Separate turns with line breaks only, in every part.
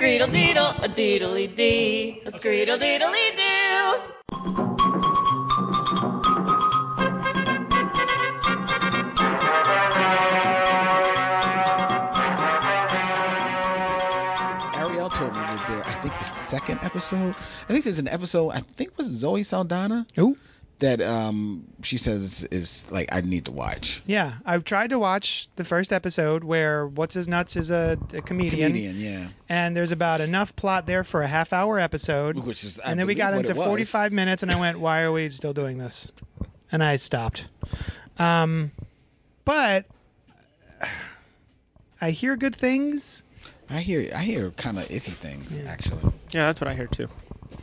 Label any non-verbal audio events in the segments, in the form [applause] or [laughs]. skeedle deedle, a deedly dee, a skeedle deedly doo.
Ariel told me that there, I think the second episode, I think there's an episode, I think it was Zoe Saldana
Ooh.
that um she says is like I need to watch.
Yeah, I've tried to watch the first episode where what's his nuts is a, a comedian,
Comedian, yeah.
and there's about enough plot there for a half hour episode,
Which is- I
and then we
believe
got
what
into
it was.
45 minutes, and I went, why are we still doing this? And I stopped. Um, but I hear good things.
I hear I hear kind of iffy things actually.
Yeah, that's what I hear too.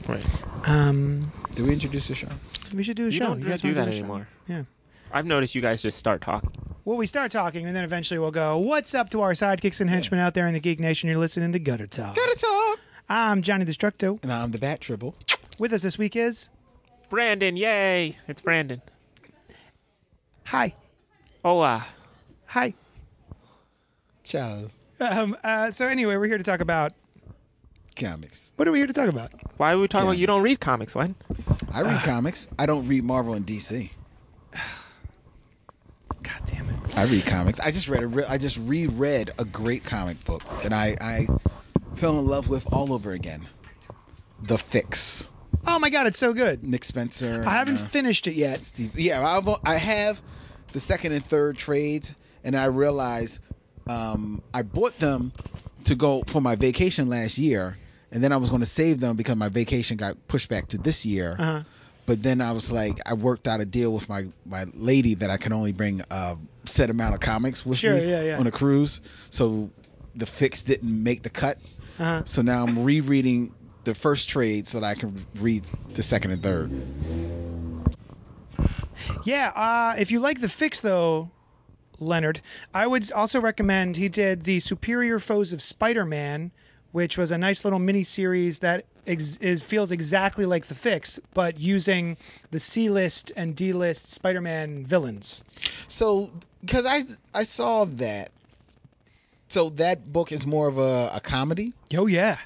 Right.
Um,
Do we introduce the show?
we should do a
You
show.
don't
You
really
guys
do
wanna
that
a show?
anymore.
Yeah.
I've noticed you guys just start talking.
Well, we start talking, and then eventually we'll go, What's up to our sidekicks and henchmen out there in the Geek Nation? You're listening to Gutter Talk.
Gotta talk.
I'm Johnny Destructo.
And I'm the Bat Tribble.
With us this week is.
Brandon, yay! It's Brandon.
Hi.
Hola.
Hi.
Ciao.
Um, uh, so, anyway, we're here to talk about.
Comics.
What are we here to talk about?
Why are we talking about you don't
Comics.
read comics, Len?
I read comics. I don't read Marvel and DC.
God damn it.
I read comics. I just read a re- I just reread a great comic book that I I fell in love with all over again. The Fix.
Oh my God, it's so good.
Nick Spencer.
I haven't
and, uh,
finished it yet.
Steve. Yeah, I've, I have the second and third trades, and I realized um, I bought them to go for my vacation last year, and then I was going to save them because my vacation got pushed back to this year.
Uh-huh.
But then I was like, I worked out a deal with my, my lady that I can only bring a set amount of comics with
Sure,
me
yeah, yeah.
on a cruise. So the fix didn't make the cut.
Uh-huh.
So now I'm rereading the first trade so that I can read the second and third.
Yeah, uh, if you like the fix, though, Leonard, I would also recommend he did the Superior Foes of Spider-Man, which was a nice little mini series that ex- is feels exactly like the fix, but using the C-list and D-list Spider-Man villains.
So, because I I saw that. So that book is more of a, a comedy.
Oh yeah,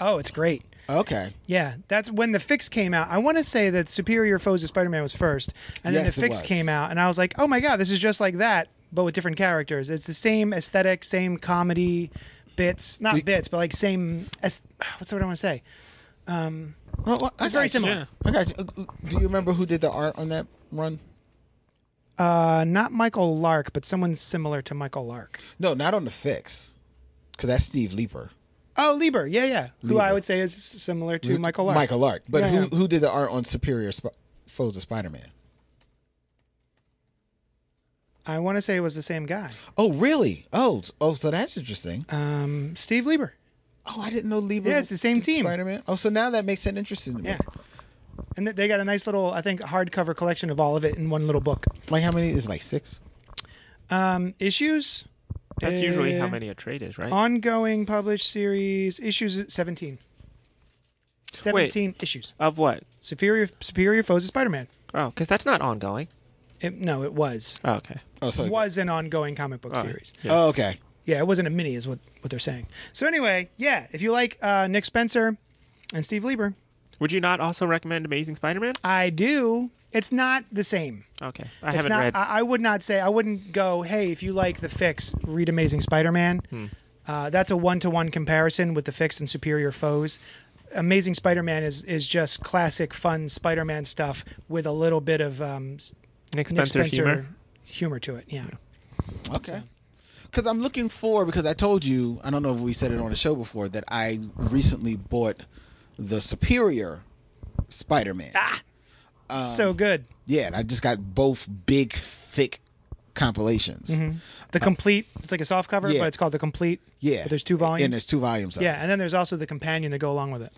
oh it's great.
Okay.
Yeah, that's when the fix came out. I want to say that Superior Foes of Spider-Man was first, and then
Yes,
the
it
fix
was.
came out, and I was like, oh my god, this is just like that, but with different characters. It's the same aesthetic, same comedy bits, not bits, but like same. aes- [sighs] What's the word I want to say?
Well, well, I
It's very
got you.
similar.
I got you. Uh, uh, Do you remember who did the art on that run?
Uh, not Michael Lark, but someone similar to Michael Lark.
No, not on the fix, because that's Steve Leeper.
Oh, Lieber, yeah, yeah, who
Lieber.
I would say is similar to Michael Lark.
Michael Lark. But
Yeah,
who
yeah.
who did the art on Superior Sp- Foes of Spider Man?
I want to say it was the same guy,
Oh, really? Oh, s- oh, so that's interesting.
um, Steve Lieber.
Oh, I didn't know Leeper.
Yeah, it's the same team.
Spider Man. Oh, so now that makes it interesting. To me.
Yeah. And th- they got a nice little, I think, hardcover collection of all of it in one little book.
Like how many is it, like six?
um, issues.
That's usually how
Uh,
many a trade is, right?
Ongoing published series issues at 17. 17 issues.
of what?
Superior Superior Foes of Spider-Man.
Oh, because that's not ongoing.
It, no, it was.
Oh, okay.
Oh, so
was an ongoing comic book
All right.
series.
Yeah.
Oh, okay.
Yeah, it wasn't a mini is what, what they're saying. So anyway, yeah, if you like uh, Nick Spencer and Steve Lieber,
Would you not also recommend Amazing Spider-Man?
I do. It's not the same.
Okay, I
it's
haven't
not
read.
I, I would not say I wouldn't go, hey, if you like the fix, read Amazing Spider Man.
Hmm.
Uh, that's a one to one comparison with the fix and superior foes. Amazing Spider Man is is just classic fun Spider Man stuff with a little bit of um, s-
Nick
Nick
Spencer,
Spencer
humor.
humor to it. Yeah.
Okay. Because I'm looking for because I told you I don't know if we said it on the show before that I recently bought the Superior Spider-Man.
Ah! so
Um,
good.
Yeah, and I just got both big thick compilations.
The complete. It's like a soft cover,
uh, yeah.
but it's called the complete.
Yeah,
But there's two volumes.
and there's two volumes. Of it.
yeah, and then there's also the companion to go along with it.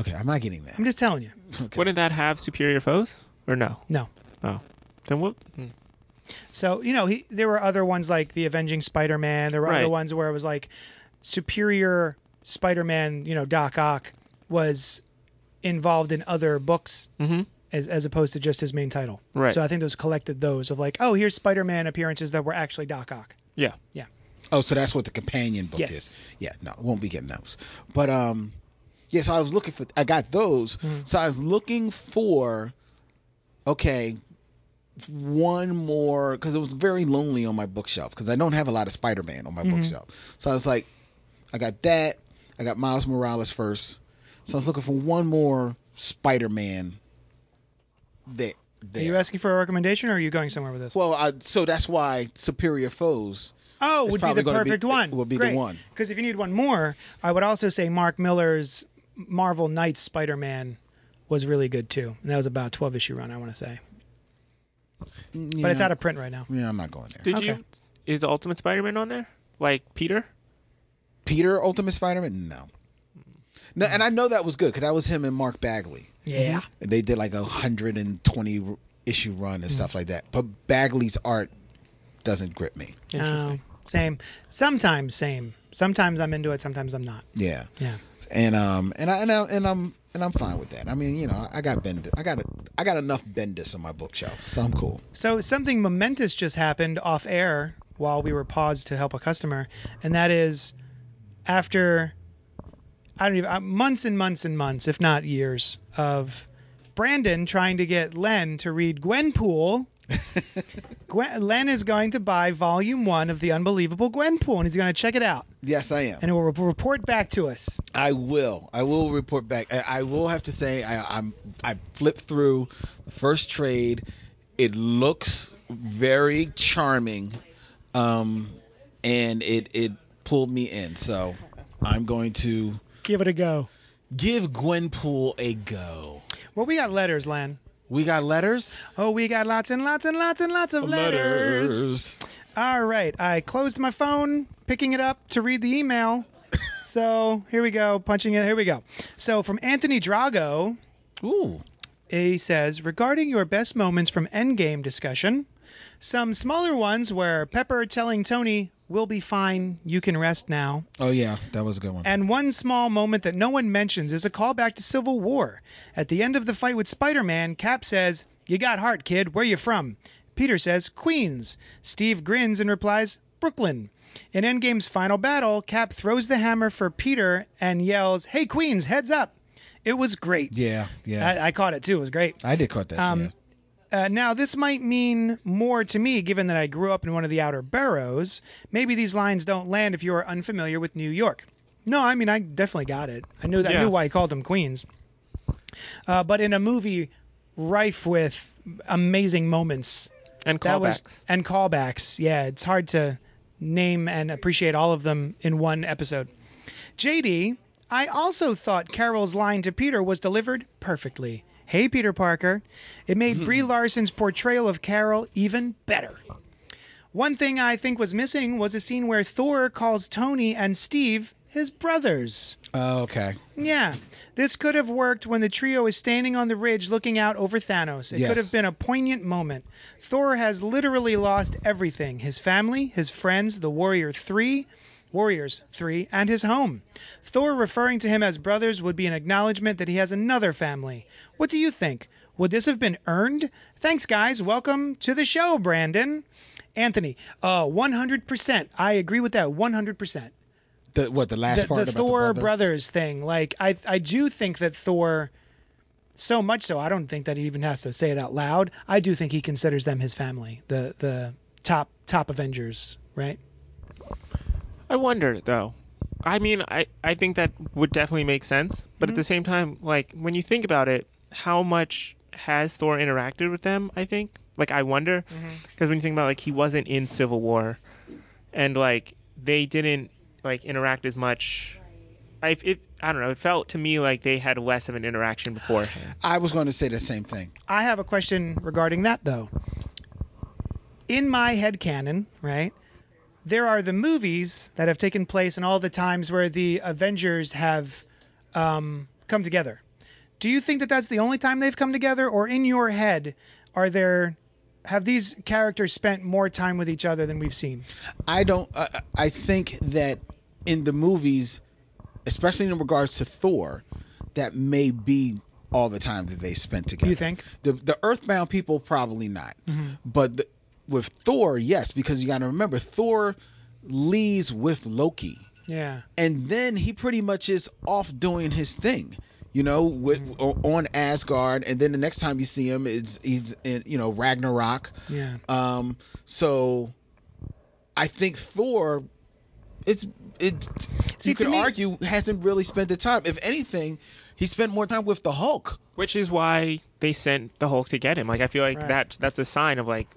Okay, I'm not getting that.
I'm just telling you.
Wouldn't that have superior foes or no?
No.
Oh, then what? hmm.
So you know, he, there were other ones like the Avenging Spider-Man. There were
Right.
other ones where it was like Superior Spider-Man. You know, Doc Ock was involved in other books as as opposed to just his main title.
Mm-hmm. Right.
So I think those collected those of like, oh, here's Spider-Man appearances that were actually Doc Ock.
Yeah.
Yeah.
Oh, so that's what the companion book is.
Yes.
Yeah, no, won't be getting those. But um, yeah. So I was looking for. I got those.
Mm-hmm.
So I was looking for. Okay, one more because it was very lonely on my bookshelf because I don't have a lot of Spider Man on my
Mm-hmm.
bookshelf. So I was like, I got that. I got Miles Morales first. So I was looking for one more Spider Man. That
Are you asking for a recommendation, or are you going somewhere with this?
well, I, so that's why Superior Foes.
oh,
it's
would be
probably
the
gonna be-
perfect one.
it would be the one.
Because if you need one more, I would also say Mark Miller's Marvel Knights Spider Man was really good too, and that was about twelve issue run, I want to say. But it's out of print right now.
Yeah, I'm not going there.
Did
Okay.
you? Is the Ultimate Spider-Man on there? Like Peter?
Peter Ultimate Spider-Man? No. No, and I know that was good because that was him and Mark Bagley.
Yeah.
And they did like a hundred and twenty r- issue run and stuff like that. But Bagley's art doesn't grip me.
Interesting.
Oh, same. Sometimes same. Sometimes I'm into it. Sometimes I'm not.
Yeah.
Yeah.
And um and I and I and I'm and I'm fine with that. I mean, you know, I- I got Bendis. I got a, I got enough Bendis on my bookshelf, so I'm cool.
So something momentous just happened off air while we were paused to help a customer, and that is after I don't even uh, months and months and months, if not years, of Brandon trying to get Len to read [laughs] Gwenpool. Gwen, Len is going to buy volume one of the unbelievable Gwenpool, and he's going to check it out,
Yes, I am.
and he will re- report back to us.
I will. I will report back. I, I will have to say I, I'm. I flipped through the first trade. It looks very charming, um, and it it pulled me in. So I'm going to
Give it a go.
give Gwenpool a go.
Well, we got letters, Len.
We got letters.
Oh, we got lots and lots and lots and lots of letters. All right, I closed my phone, picking it up to read the [laughs] email. so here we go, punching it. Here we go. So from Anthony Drago,
Ooh.
he says regarding your best moments from Endgame discussion, some smaller ones were Pepper telling Tony, "We'll be fine. You can rest now."
Oh yeah, that was a good one.
And one small moment that no one mentions is a callback to Civil War. At the end of the fight with Spider Man, Cap says, You got heart, kid. Where you from? Peter says, Queens. Steve grins and replies, Brooklyn. In Endgame's final battle, Cap throws the hammer for Peter and yells, Hey, Queens, heads up. It was great.
yeah, yeah.
I, I caught it too. It was great.
I, did caught that. yeah.
Uh, now, this might mean more to me given that I grew up in one of the outer boroughs. Maybe these lines don't land if you are unfamiliar with New York. No, I mean, I definitely got it. I knew that. I
Yeah.
knew why he called them Queens. Uh, but in a movie rife with amazing moments,
And
that was
callbacks.
and callbacks. Yeah, it's hard to name and appreciate all of them in one episode. JD, I also thought Carol's line to Peter was delivered perfectly. Hey, Peter Parker. It
Hmm.
made Brie Larson's portrayal of Carol even better. One thing I think was missing was a scene where Thor calls Tony and Steve his brothers.
Oh, okay.
Yeah, this could have worked when the trio is standing on the ridge looking out over Thanos. It
Yes.
could have been a poignant moment. Thor has literally lost everything his family, his friends, the Warrior Three, Warriors Three, and his home. Thor referring to him as brothers would be an acknowledgement that he has another family. What do you think? Would this have been earned? Thanks, guys. Welcome to the show, Brandon. Anthony, uh, 100%. I agree with that 100%
The what? The last
the,
part
the
about
Thor
the brother?
brothers thing. Like I I do think that Thor so much so I don't think that he even has to say it out loud. I do think he considers them his family. The the top top Avengers, right?
I wonder though. I mean, I, I think that would definitely make sense, but at the same time, like when you think about it, how much has Thor interacted with them? I think, like, I wonder, because when you think about like he wasn't in Civil War, and like they didn't like interact as much. I it, I don't know. It felt to me like they had less of an interaction beforehand.
I was going to say the same thing.
I have a question regarding that though. In my head canon, right? There are the movies that have taken place and all the times where the Avengers have um, come together. Do you think that that's the only time they've come together, or in your head, are there have these characters spent more time with each other than we've seen?
I don't. Uh, I think that in the movies, especially in regards to Thor, that may be all the time that they spent together.
You think? Mm-hmm.
the the Earthbound people probably not, but the, with Thor, yes, because you got to remember Thor leaves with Loki,
Yeah.
and then he pretty much is off doing his thing. You know, with o-
Mm-hmm.
on Asgard, and then the next time you see him is he's in you know Ragnarok.
Yeah.
Um, so I think Thor, it's it's
See,
you
to
could
me-
argue hasn't really spent the time. If anything, he spent more time with the Hulk.
which is why they sent the Hulk to get him. Like I feel like
Right.
that that's a sign of like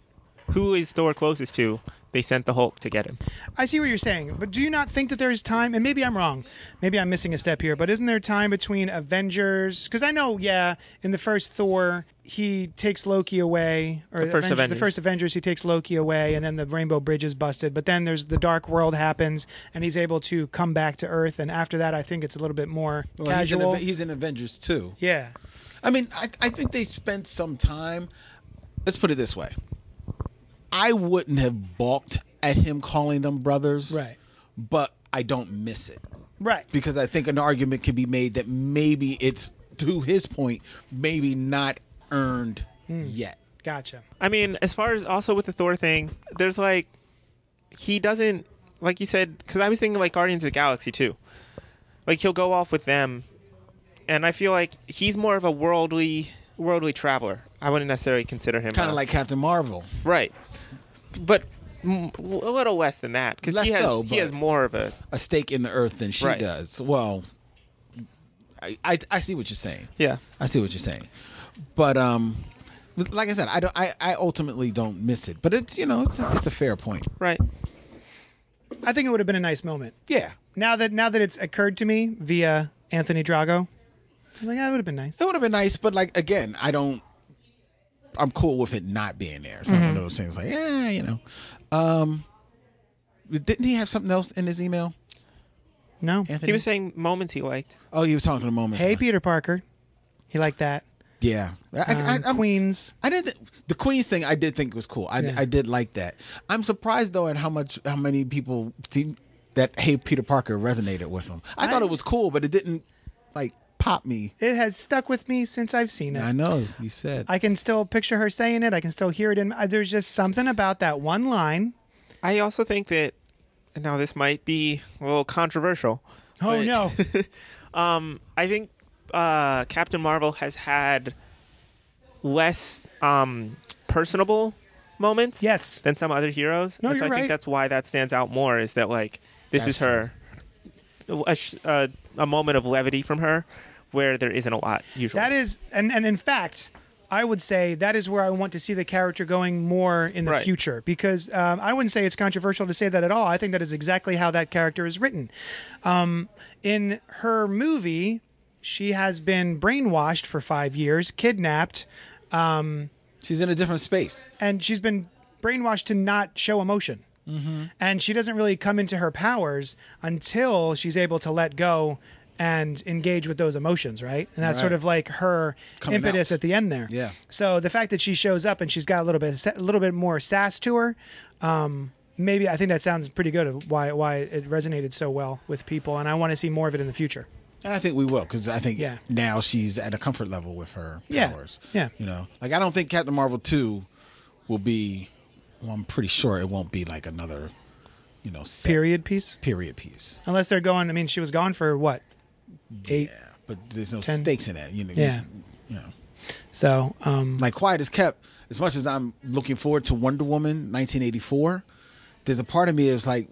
who is Thor closest to. They sent the Hulk to get him.
I see what you're saying, but do you not think that there's time? And maybe I'm wrong. Maybe I'm missing a step here, but isn't there time between Avengers? Because I know, yeah, in the first Thor, he takes Loki away, or
The first
Avenger- the
Avengers.
first Avengers, he takes Loki away, and then the Rainbow Bridge is busted. But then there's the Dark World happens, and he's able to come back to Earth. And after that, I think it's a little bit more
Well, he's in
casual.
Aven- He's in, Avengers too.
yeah,
I mean, I, I think they spent some time. Let's put it this way. I wouldn't have balked at him calling them brothers,
Right.
But I don't miss it.
right.
because I think an argument can be made that maybe it's to his point, maybe not earned
Hmm.
yet.
Gotcha.
I mean, as far as also with the Thor thing, there's like he doesn't like you said because I was thinking like Guardians of the Galaxy too. Like he'll go off with them, and I feel like he's more of a worldly worldly traveler. I wouldn't necessarily consider him
Kind
a-
of like Captain Marvel.
right, but m- a little less than that because
Less
he has
so,
he
but-
has more of a
A stake in the earth than she
Right.
does. Well, I, I I see what you're saying.
yeah.
I see what you're saying. But um like I said, I don't I, I ultimately don't miss it. But it's you know, it's a, it's a fair point.
Right.
I think it would have been a nice moment.
Yeah.
Now that now that it's occurred to me via Anthony Drago, I'm like that would have been nice.
It would have been nice, but like again, I don't I'm cool with it not being there. So
Mm-hmm.
one of those things like, yeah, you know. Um didn't he have something else in his email?
No.
Anthony?
He was saying moments he liked.
Oh, you were talking to moments.
Hey, Peter Parker. He liked that.
yeah, I, I,
Um,
I'm-
Queens.
I did th- the Queen's thing. I did think was cool. I,
Yeah.
I did like that. I'm surprised though at how much how many people see that Hey Peter Parker resonated with them. I, thought it was cool, but it didn't like pop me.
It has stuck with me since I've seen it.
I know you said.
I can still picture her saying it. I can still hear it in. uh, There's just something about that one line.
I also think that now this might be a little controversial.
Oh,
but-
[laughs]
um, I think uh, Captain Marvel has had less um, personable moments.
Yes.
Than some other heroes.
No,
And so
you're
I
right.
think that's why that stands out more. Is that like this is her a, sh- uh, a moment of levity from her where there isn't a lot usually.
That is, and and in fact, I would say that is where I want to see the character going more in the
Right.
future because um, I wouldn't say it's controversial to say that at all. I think that is exactly how that character is written. Um, in her movie, she has been brainwashed for five years, kidnapped.
She's in a different space.
and she's been brainwashed to not show emotion.
Mm-hmm.
And she doesn't really come into her powers until she's able to let go and engage with those emotions, right? And that's sort
Right.
of like her
Coming
impetus
out.
at the end there.
Yeah.
So the fact that she shows up and she's got a little bit, a little bit more sass to her, um, maybe I think that sounds pretty good. of Why, why it resonated so well with people, and I want to see more of it in the future.
And I think we will because I think
Yeah.
now she's at a comfort level with her
Yeah.
powers.
Yeah.
you know, like I don't think Captain Marvel two will be. Well, I'm pretty sure it won't be like another, you know, set
Period piece.
period piece.
Unless they're going. I mean, she was gone for what? Eight.
Yeah, but there's no
Ten.
stakes in that. You know,
Yeah.
you know.
So, um,
like quiet is kept. As much as I'm looking forward to Wonder Woman 1984, there's a part of me that's like,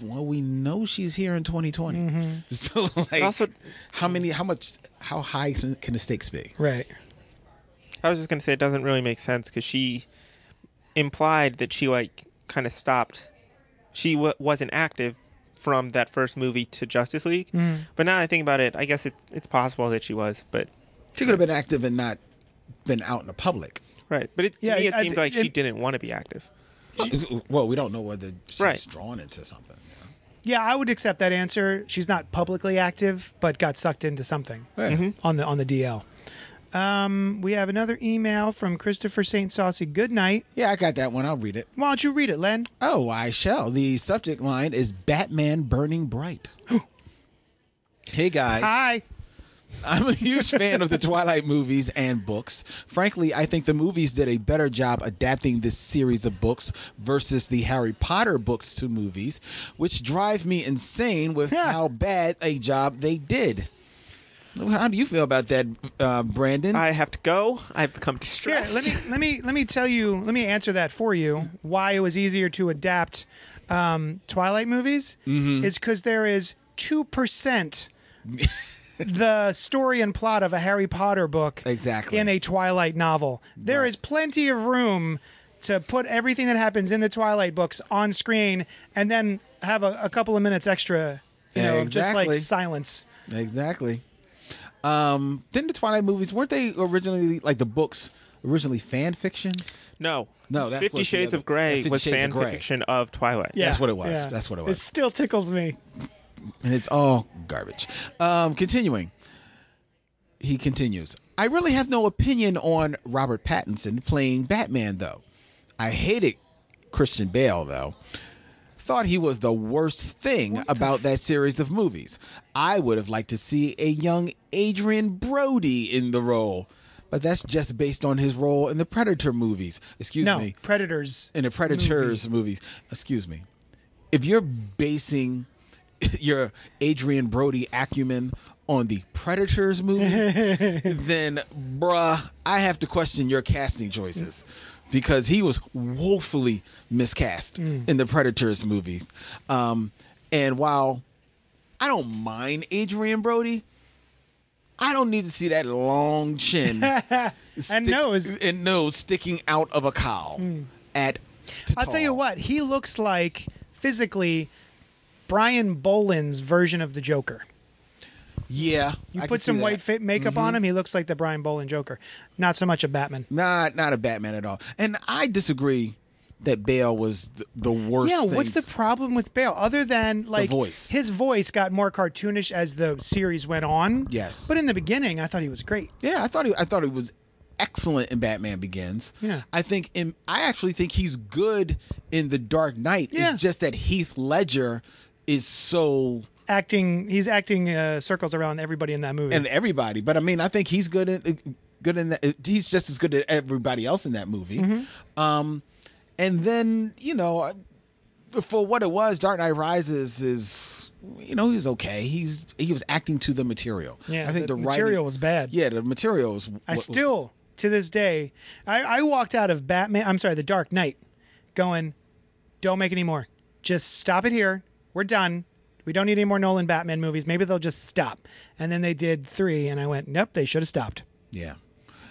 well, we know she's here in 2020. [laughs] So like,
Also-
how many, how much, how high can can the stakes be?
right.
I was just gonna say it doesn't really make sense because she implied that she like kind of stopped. She w- wasn't active from that first movie to Justice League,
Mm-hmm.
but now that I think about it, I guess it, it's possible that she was, but
She could have been active and not been out in the public.
right. But it, to
Yeah,
me, it
I-
seemed like
it-
she didn't want to be active.
Well, we don't know whether she's
Right.
drawn into something.
Yeah, I would accept that answer. She's not publicly active, but got sucked into something
Yeah.
on the on the DL. Um, we have another email from Christopher Saint Saucy. Good night.
yeah, I got that one. I'll read it.
Why don't you read it, Len?
Oh, I shall. The subject line is Batman burning bright. hey guys.
Hi.
I'm a huge fan of the Twilight movies and books. Frankly, I think the movies did a better job adapting this series of books versus the Harry Potter books to movies, which drive me insane with
Yeah.
how bad a job they did. How do you feel about that, uh, Brandon?
I have to go. I've become
Hmm. Yeah,
distressed. [laughs]
let me let me let me tell you. Let me answer that for you. Why it was easier to adapt um, Twilight movies
Mm-hmm.
is because there is two percent the story and plot of a Harry Potter book
Exactly.
in a Twilight novel. There is plenty of room to put everything that happens in the Twilight books on screen and then have a, a couple of minutes extra, you know, of just like
Exactly.
silence.
Exactly. Um, didn't the Twilight movies weren't they originally like the books originally fan fiction?
no.
No, that
Fifty
was the
Shades
other-
of Grey
Fifty
was
Shades
fan
of Grey.
fiction of Twilight.
Yeah,
That's what it was. That's what it was.
It still tickles me.
and it's all garbage. Um, continuing, he continues. I really have no opinion on Robert Pattinson playing Batman, though. I hated Christian Bale, though. Thought he was the worst thing about that series of movies. I would have liked to see a young Adrian Brody in the role, but that's just based on his role in the Predator movies. Excuse
No,
me
Predators.
in the Predators movies. Excuse me. If you're basing [laughs] your Adrian Brody acumen on the Predators movie, then bruh, I have to question your casting choices because he was woefully miscast in the Predators movie. Um, and while I don't mind Adrian Brody, I don't need to see that long chin
[laughs]
stick-
nose.
and nose sticking out of a cowl at
Hmm. I'll tell you what, he looks like physically Brian Boland's version of the Joker.
Yeah,
You
I can
put some
see
white
that. Mm-hmm.
fit makeup on him, he looks like the Brian Boland Joker. Not so much a Batman.
Not not a Batman at all. And I disagree that Bale was th- the worst.
Yeah, what's the
things.
problem with Bale other than like
voice.
his voice got more cartoonish as the series went on?
Yes.
But in the beginning, I thought he was great.
Yeah, I thought he, I thought he was excellent in Batman Begins.
Yeah.
I think in, I actually think he's good in The Dark Knight.
Yeah.
It's just that Heath Ledger is so
Acting, he's acting uh, circles around everybody in that movie.
and everybody. But I mean, I think he's good in uh, good in that. He's just as good as everybody else in that movie.
Mm-hmm.
Um, and then you know, uh, for what it was, Dark Knight Rises is you know he's okay. He's he was acting to the material.
yeah,
I think the,
the, material
writing,
was bad.
Yeah, the material was.
I still, to this day, I, I walked out of Batman. I'm sorry, The Dark Knight, going, don't make any more. Just stop it here. We're done. We don't need any more Nolan Batman movies. Maybe they'll just stop. And then they did three, and I went, nope, they should have stopped.
Yeah.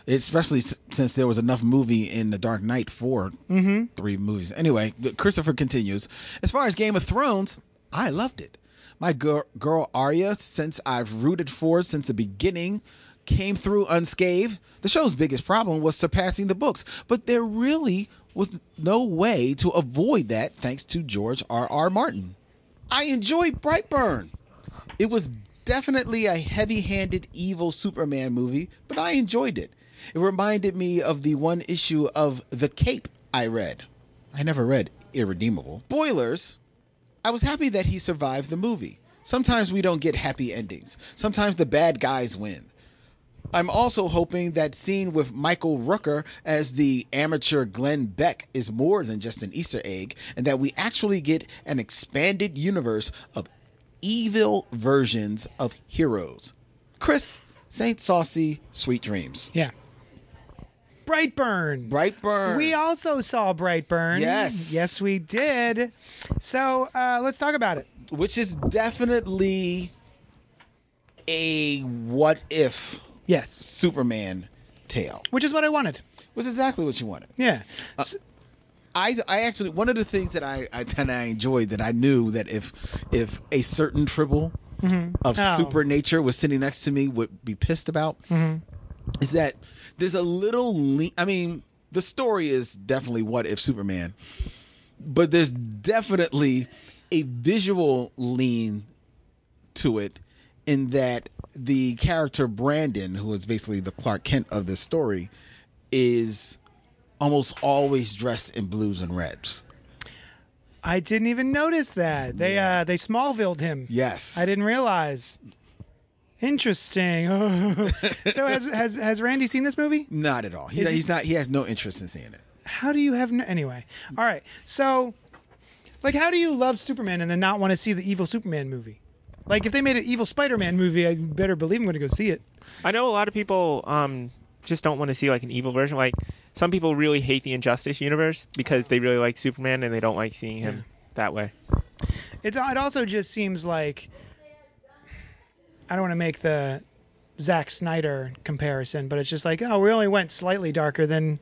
Especially s- since there was enough movie in The Dark Knight for three movies. Anyway, Christopher continues. As far as Game of Thrones, I loved it. My girl, girl Arya, since I've rooted for since the beginning, came through unscathed. The show's biggest problem was surpassing the books, but there really was no way to avoid that thanks to George R. R. Martin. I enjoyed Brightburn. It was definitely a heavy handed, evil Superman movie, but I enjoyed it. It reminded me of the one issue of The Cape I read. I never read Irredeemable. Boilers. I was happy that he survived the movie. Sometimes we don't get happy endings, sometimes the bad guys win. I'm also hoping that scene with Michael Rooker as the amateur Glenn Beck is more than just an Easter egg, and that we actually get an expanded universe of evil versions of heroes. Chris, Saint Saucy, Sweet Dreams.
Yeah. Brightburn.
Brightburn.
We also saw Brightburn.
Yes.
Yes, we did. So uh, let's talk about it.
which is definitely a what if
Yes.
Superman tale,
Which is what I wanted.
which is exactly what you wanted.
Yeah. S-
I, I actually one of the things that I, I that I enjoyed that I knew that if if a certain tribble of
Oh.
supernature was sitting next to me would be pissed about is that there's a little le- I mean the story is definitely what if Superman but there's definitely a visual lean to it in that the character Brandon, who is basically the Clark Kent of this story, is almost always dressed in blues and reds.
I didn't even notice that. They uh they Smallvilled him.
Yes.
I didn't realize. Interesting. [laughs] so has, has has Randy seen this movie?
Not at all. He,
Is he-
he's not. He has no interest in seeing it.
How do you have no, anyway? All right. So, like, how do you love Superman and then not want to see the evil Superman movie? Like, if they made an evil Spider-Man movie, I better believe I'm going to go see it.
I know a lot of people um, just don't want to see like an evil version. Like some people really hate the Injustice universe because they really like Superman and they don't like seeing him that way.
It it also just seems like I don't want to make the Zack Snyder comparison, but it's just like, oh, we only went slightly darker than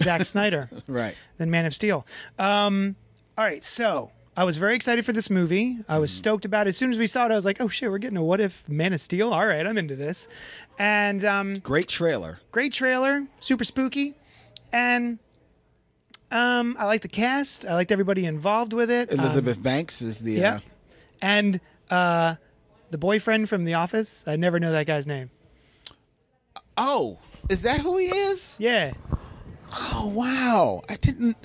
Zack Snyder.
Right.
than Man of Steel. Um, all right, so I was very excited for this movie. I was stoked about it. As soon as we saw it, I was like, oh shit, we're getting a what if Man of Steel? All right, I'm into this. And um,
Great trailer.
great trailer, super spooky. And um, I liked the cast, I liked everybody involved with it. Um,
Elizabeth Banks is the.
yeah.
Uh,
And uh, the boyfriend from The Office, I never know that guy's name.
oh, is that who he is?
Yeah.
Oh wow, I didn't.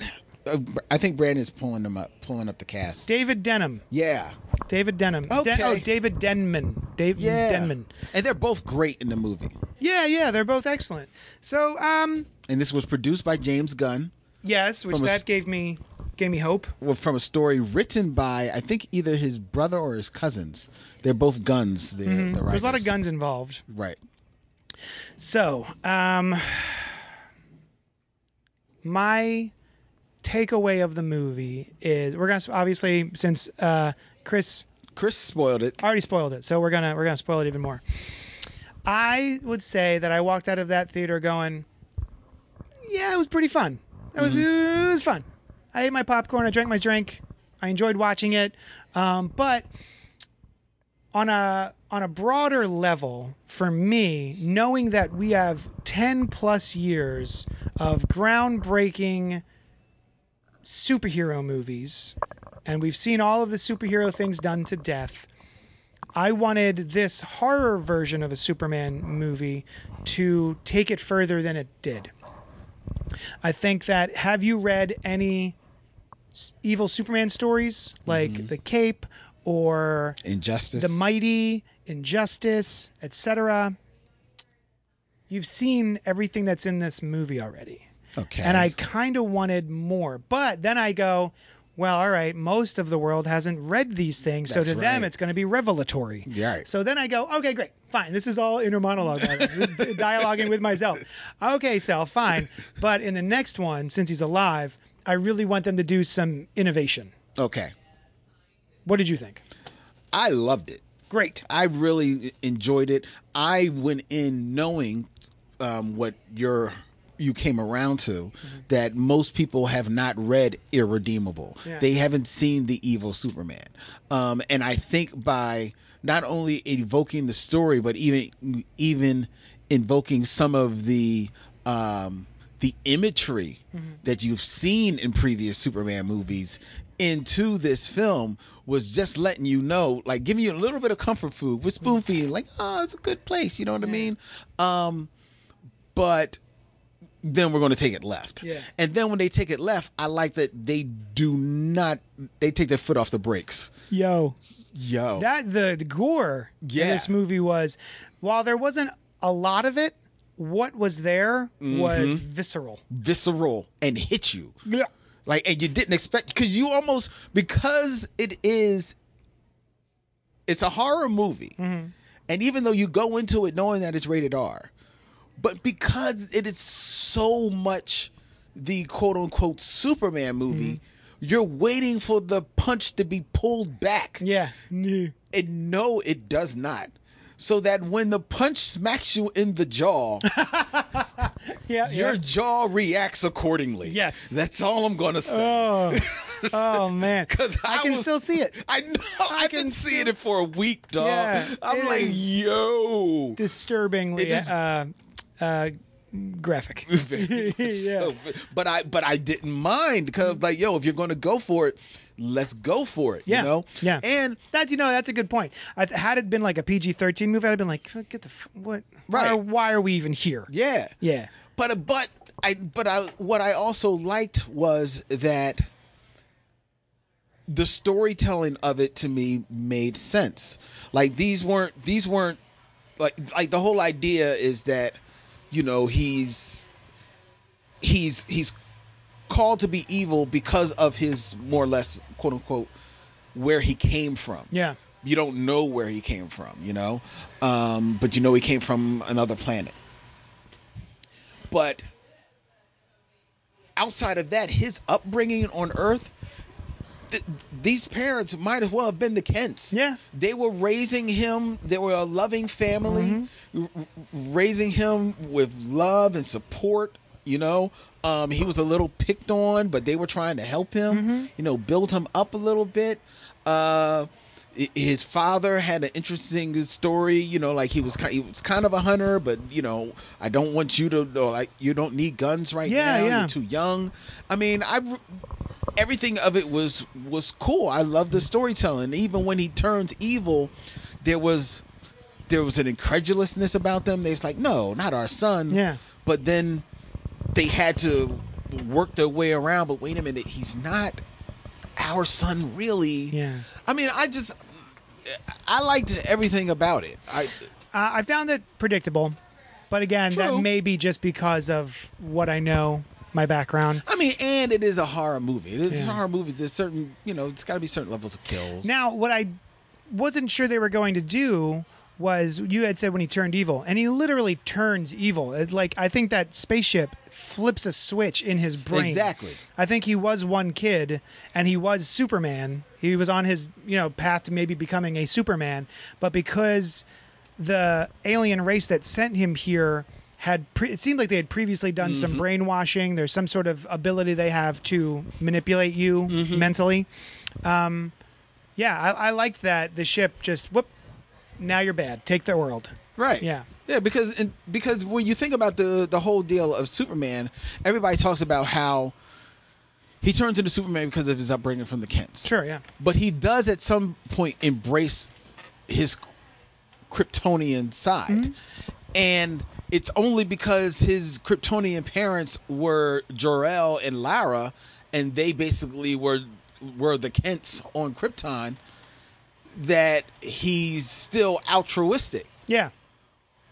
Uh, I think Brandon's pulling them up, pulling up the cast.
David Denham.
Yeah.
David Denham. Den-
Okay.
oh, David Denman. Dave
Yeah.
Denman.
And they're both great in the movie.
Yeah, yeah, they're both excellent. So, um,
And this was produced by James Gunn.
yes, which
From a
that
s-
gave me gave me hope.
well, from a story written by I think either his brother or his cousins. They're both guns. They're, the
Mm-hmm. There's a lot of
writers.
guns involved.
Right.
So, um, my takeaway of the movie is we're gonna s- obviously since uh, Chris
Chris spoiled it.
already spoiled it, so we're gonna we're gonna spoil it even more. I would say that I walked out of that theater going, yeah, it was pretty fun. It was it was fun. I ate my popcorn. I drank my drink. I enjoyed watching it. Um, but on a on a broader level, for me, knowing that we have ten plus years of groundbreaking superhero movies, and we've seen all of the superhero things done to death. I wanted this horror version of a Superman movie to take it further than it did. I think that have you read any s- evil Superman stories like The Cape or
Injustice.
The Mighty, Injustice, etc.? You've seen everything that's in this movie already.
Okay.
And I kind of wanted more. But then I go, well, all right, most of the world hasn't read these things. so to
That's
them,
right.
it's going to be revelatory.
Yeah, right.
So then I go, okay, great, fine. This is all inner monologue. by the way. This is dialoguing with myself. Okay, Sal, fine. But in the next one, since he's alive, I really want them to do some innovation.
Okay.
What did you think?
I loved it.
Great.
I really enjoyed it. I went in knowing um, what your you came around to
Mm-hmm.
that most people have not read Irredeemable.
Yeah.
They haven't seen the evil Superman, um, and I think by not only evoking the story, but even even invoking some of the um, the imagery that you've seen in previous Superman movies into this film was just letting you know, like giving you a little bit of comfort food with spoon feeding, like, oh, it's a good place, you know what I mean? Um, but then we're going to take it left.
Yeah.
And then when they take it left, I like that they do not, they take their foot off the brakes.
Yo.
Yo.
that the, the gore in
Yeah.
this movie was while there wasn't a lot of it what was there
Mm-hmm.
was visceral
visceral and hit you.
Yeah.
Like, and you didn't expect because you almost because it is, it's a horror movie,
Mm-hmm.
and even though you go into it knowing that it's rated R, but because it is so much the quote unquote Superman movie,
Mm-hmm.
you're waiting for the punch to be pulled back.
yeah new
And no, it does not. So that when the punch smacks you in the
[laughs]
jaw,
yeah
your
yeah.
jaw reacts accordingly.
Yes.
That's all I'm going to say.
oh oh man
'Cause
i,
I
can
was-
still see
[laughs]
it
I know. I've
can
been seeing it for a week, dog.
Yeah, it
I'm like,
is-
yo.
disturbingly
It is-
uh uh graphic
[laughs] Very much
[laughs] Yeah.
so. But I, but I didn't mind because, like, yo, if you're going to go for it, let's go for it.
yeah
You know.
yeah
And
that you know that's a good point I, had it been like a pg-13 movie i'd have been like get the f- what why,
Right.
why are we even here
yeah.
yeah
But uh, but I but I what I also liked was that the storytelling of it to me made sense. Like these weren't these weren't like like the whole idea is that you know he's he's he's called to be evil because of his more or less quote unquote where he came from.
Yeah.
You don't know where he came from, you know, um, but you know he came from another planet. But outside of that, his upbringing on Earth, th- these parents might as well have been the Kents.
Yeah.
They were raising him, they were a loving family, r- r- raising him with love and support, you know. Um, he was a little picked on, but they were trying to help him, you know, build him up a little bit. Uh, i- his father had an interesting story, you know, like he was kind, he was kind of a hunter, but you know, I don't want you to or like you don't need guns right
Yeah,
now. You're
yeah.
too young. I mean, I everything of it was was cool. I loved the storytelling. Even when he turns evil, there was there was an incredulousness about them. They was like, no, not our son.
Yeah.
But then they had to work their way around. But wait a minute, he's not our son, really.
Yeah.
I mean, I just I liked everything about it. I
Uh, I found it predictable, but again, that
True.
may be just because of what I know, my background.
I mean, and it is a horror movie. It's
Yeah.
a horror movie. There's certain, you know, it's got to be certain levels of kills.
Now, what I wasn't sure they were going to do was you had said when he turned evil, and he literally turns evil. It, like I think that spaceship flips a switch in his brain.
Exactly.
I think he was one kid, and he was Superman. He was on his you know path to maybe becoming a Superman, but because the alien race that sent him here had pre- it seemed like they had previously done some brainwashing. There's some sort of ability they have to manipulate you mentally. Yeah, I, I liked that the ship just whoop. Now you're bad. Take the world.
Right.
Yeah.
Yeah, because and because when you think about the the whole deal of Superman, everybody talks about how he turns into Superman because of his upbringing from the Kents.
Sure, yeah.
But he does at some point embrace his Kryptonian side.
Mm-hmm.
And it's only because his Kryptonian parents were Jor-El and Lara and they basically were were the Kents on Krypton that he's still altruistic
Yeah.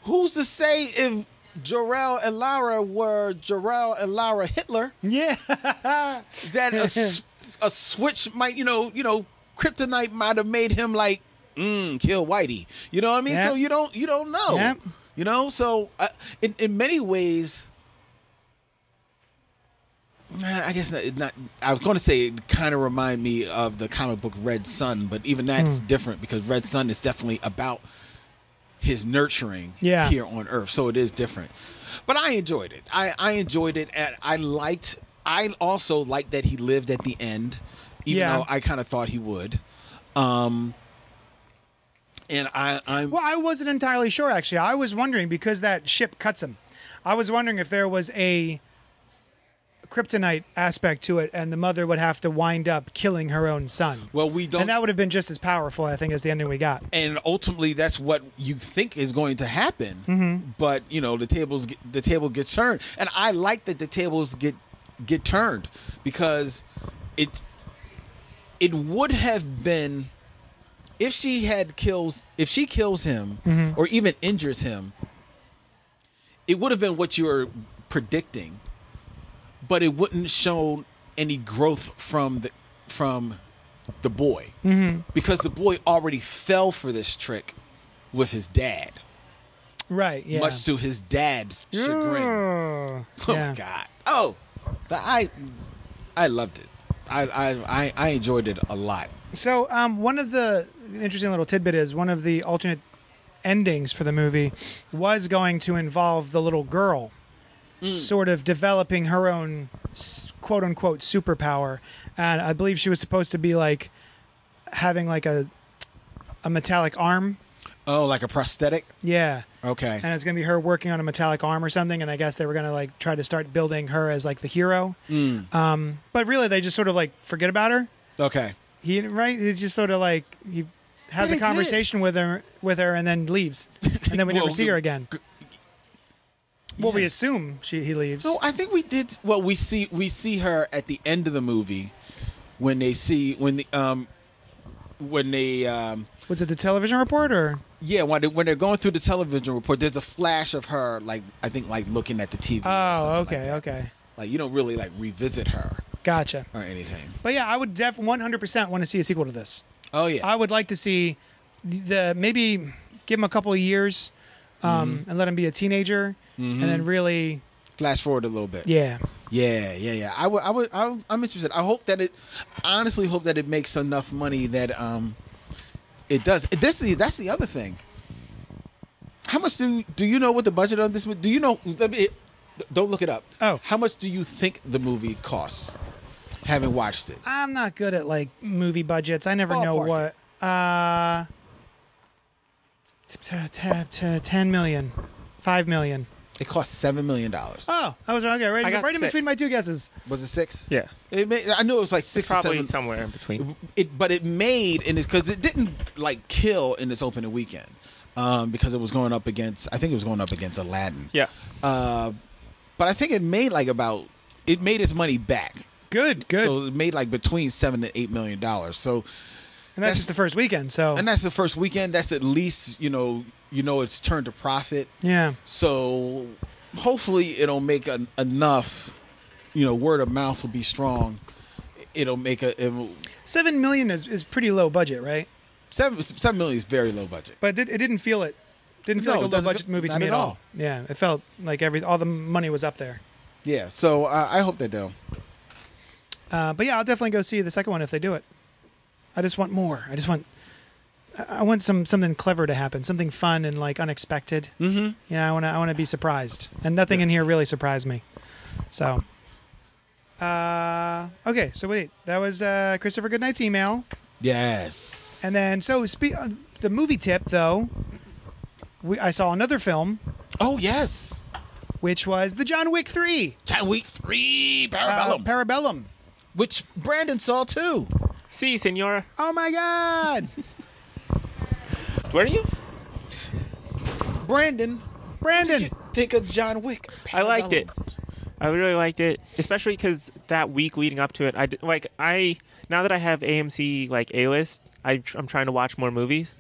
who's to say if Jarrell and Lara were Jarrell and Lara Hitler
Yeah. [laughs]
that a, s- a switch might you know you know kryptonite might have made him like mm, kill Whitey you know what I mean
Yep.
so you don't you don't know
Yep.
you know so uh, in in many ways. nah, I guess not, not. I was going to say it kind of remind me of the comic book Red Sun, but even that's
Hmm.
different because Red Sun is definitely about his nurturing
Yeah.
here on Earth, so it is different. But I enjoyed it. I, I enjoyed it, and I liked. I also liked that he lived at the end, even
Yeah.
though I kind of thought he would. Um, and I, I'm
well, I wasn't entirely sure actually. I was wondering because that ship cuts him. I was wondering if there was a kryptonite aspect to it, and the mother would have to wind up killing her own son.
well. We don't
and that would have been just as powerful, I think, as the ending we got.
and ultimately that's what you think is going to happen but you know the tables get, the table gets turned and i like that the tables get get turned because it it would have been if she had kills if she kills him or even injures him it would have been what you were predicting but it wouldn't show any growth from the from the boy
Mm-hmm.
because the boy already fell for this trick with his dad
Right. Yeah.
much to his dad's chagrin
Yeah.
[laughs] oh my god oh the, i i loved it I, I i i enjoyed it a lot
So um, one of the an interesting little tidbit is one of the alternate endings for the movie was going to involve the little girl sort of developing her own s- quote unquote superpower and i believe she was supposed to be like having like a a metallic arm
oh like a prosthetic
yeah
okay
and it's going to be her working on a metallic arm or something and i guess they were going to like try to start building her as like the hero um, but really they just sort of like forget about her
okay
he right he's just sort of like he has
They
a
did.
conversation with her with her and then leaves
[laughs]
and then we never
Well,
see her
g-
again well we assume she he leaves
no i think we did well we see we see her at the end of the movie when they see when the um when they um
was it the television report or
Yeah, when they, when they're going through the television report, there's a flash of her like I think like looking at the TV. or
Oh,
something
okay,
like that.
okay,
Like you don't really like revisit her
gotcha.
or anything.
But yeah, I would def 100% want to see a sequel to this.
Oh yeah,
I would like to see the maybe give him a couple of years um,
Mm-hmm.
and let him be a teenager, and then really,
flash forward a little bit.
yeah,
Yeah, yeah, yeah. I would, I would, I would- I'm interested. I hope that it, I honestly hope that it makes enough money that um, it does. This is that's the other thing. How much do do you know what the budget of this? would- Do you know? Let me, don't look it up.
Oh.
how much do you think the movie costs? Having watched it,
I'm not good at like movie budgets. I never know
Ballpark.
what. Uh, t- t- t- t- ten million, five million.
it cost seven million dollars.
Oh, I was okay. Right,
I got
right in
six.
between my two guesses.
Was it six?
Yeah.
It made, I know it was like
It's
six or
probably
seven.
somewhere in between.
it but it made in this because it didn't like kill in its opening weekend um, because it was going up against I think it was going up against Aladdin.
Yeah.
Uh, but I think it made like about it made its money back.
Good, good.
So it made like between seven and eight million dollars. So
and that's just the first weekend. So
and that's the first weekend. That's at least you know you know it's turned to profit.
yeah,
So hopefully it'll make an, enough. You know, word of mouth will be strong. It'll make a it, will-
seven million is is pretty low budget, right?
seven seven million is very low budget.
But it, it didn't feel it. Didn't feel
No,
like
it
a low
doesn't
budget
feel-
movie to
not
me
at
at all.
all.
Yeah, it felt like every all the money was up there.
Yeah, so uh, I hope that they'll.
Uh, but yeah, I'll definitely go see the second one if they do it. I just want more. I just want. I- I want some something clever to happen, something fun and like unexpected. Mm-hmm. Yeah, I want to. I want to be surprised, and nothing in here really surprised me. So, uh, okay. So wait, that was uh, Christopher Goodnight's email,
Yes.
and then so spe- uh, the movie tip though. We, I saw another film,
oh yes,
which was the John Wick Three
Time Week Three
uh,
Parabellum,
Parabellum.
which Brandon saw too.
See, Senora.
Oh my [laughs] God,
Where are you?
Brandon!
Brandon,
Think of John Wick.
I liked it.
Parabellum.
I really liked it, especially because that week leading up to it, I did, like I now that I have AMC like A list, I tr- I'm trying to watch more movies.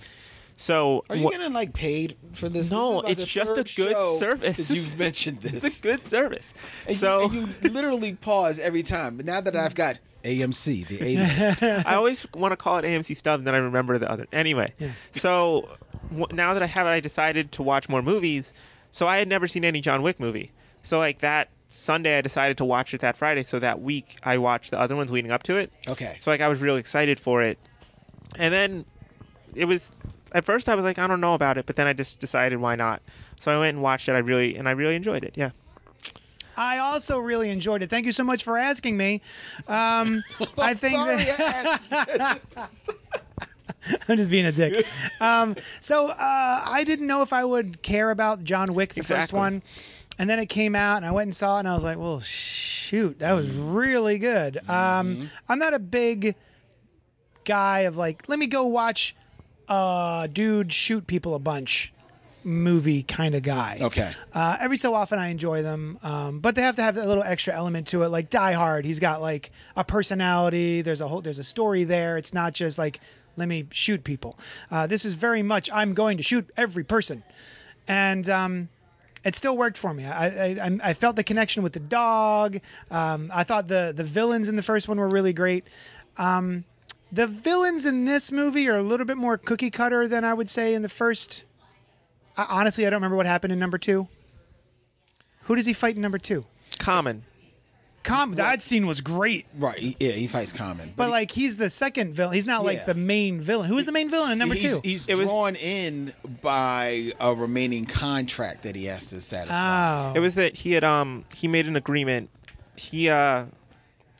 So
Are you
wha-
getting like paid for this? This is
No,
about
it's
the
just a
third
good
show
service.
that You've
[laughs]
mentioned this.
it's a good service.
And you-
so
and you, literally pause every time. But now that I've got AMC, the A
[laughs]
list,
I always want to call it AMC Stubs, then I remember the other. Anyway, so w- now that I have it, I decided to watch more movies. So I had never seen any John Wick movie. So like that Sunday, I decided to watch it that Friday. So that week, I watched the other ones leading up to it.
Okay.
So like I was really excited for it, and then it was. At first, I was like, I don't know about it, but then I just decided why not. So I went and watched it. I really and I really enjoyed it. Yeah.
I also really enjoyed it. Thank you so much for asking me.
[laughs]
Um, I think
Sorry,
that, [laughs]
[laughs]
I asked.
I'm just being a dick. Um, so uh, I didn't know if I would care about John Wick, the first
Exactly.
one, and then it came out, and I went and saw it, and I was like, "Well, shoot, that was
Mm-hmm.
really good." Um, I'm not a big guy of like, let me go watch a dude shoot people a bunch movie kind of guy.
Okay.
Uh, every so often, I enjoy them, um, but they have to have a little extra element to it. Like Die Hard, he's got like a personality. There's a whole, there's a story there. It's not just like let me shoot people. Uh, this is very much I'm going to shoot every person, and um, it still worked for me. I, I I'm- I felt the connection with the dog. Um, I thought the the villains in the first one were really great. Um, the villains in this movie are a little bit more cookie cutter than I would say in the first. I, honestly, I don't remember what happened in number two. Who does he fight in number two?
Common.
Com. That scene was great,
[laughs] right. he- yeah, he fights Common,
but
he-
like he's the second villain. He's not
Yeah.
like the main villain. Who is the main villain in number
he's,
two?
He's
It was-
drawn in by a remaining contract that he has to satisfy.
oh,
It was that he had um he made an agreement. He uh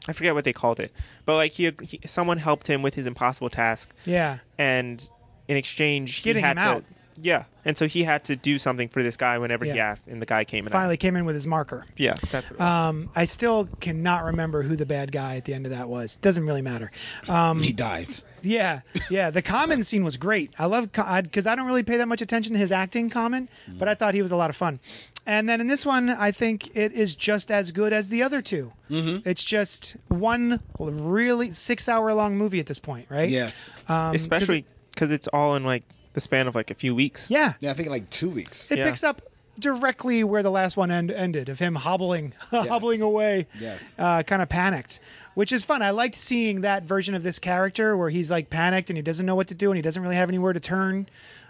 I forget what they called it, but like he, he someone helped him with his impossible task,
yeah.
and in exchange he
Getting
had
him
to
out.
yeah, and so he had to do something for this guy whenever he
Yeah.
asked, and the guy came and
Finally
asked.
came in with his marker.
yeah, that's what it was.
Um, I still cannot remember who the bad guy at the end of that was. Doesn't really matter. Um,
he dies.
yeah, yeah. The common scene was great. I love because I don't really pay that much attention to his acting common, but I thought he was a lot of fun. And then in this one, I think it is just as good as the other 2 Mm-hmm. It's just one really six-hour-long movie at this point, right?
Yes.
especially because it's all in like the span of like a few weeks.
Yeah.
Yeah, I think like two weeks.
It
Yeah.
picks up directly where the last one end, ended of him hobbling, [laughs] hobbling away.
Yes.
Uh, kind of panicked, which is fun. I liked seeing that version of this character where he's like panicked and he doesn't know what to do and he doesn't really have anywhere to turn,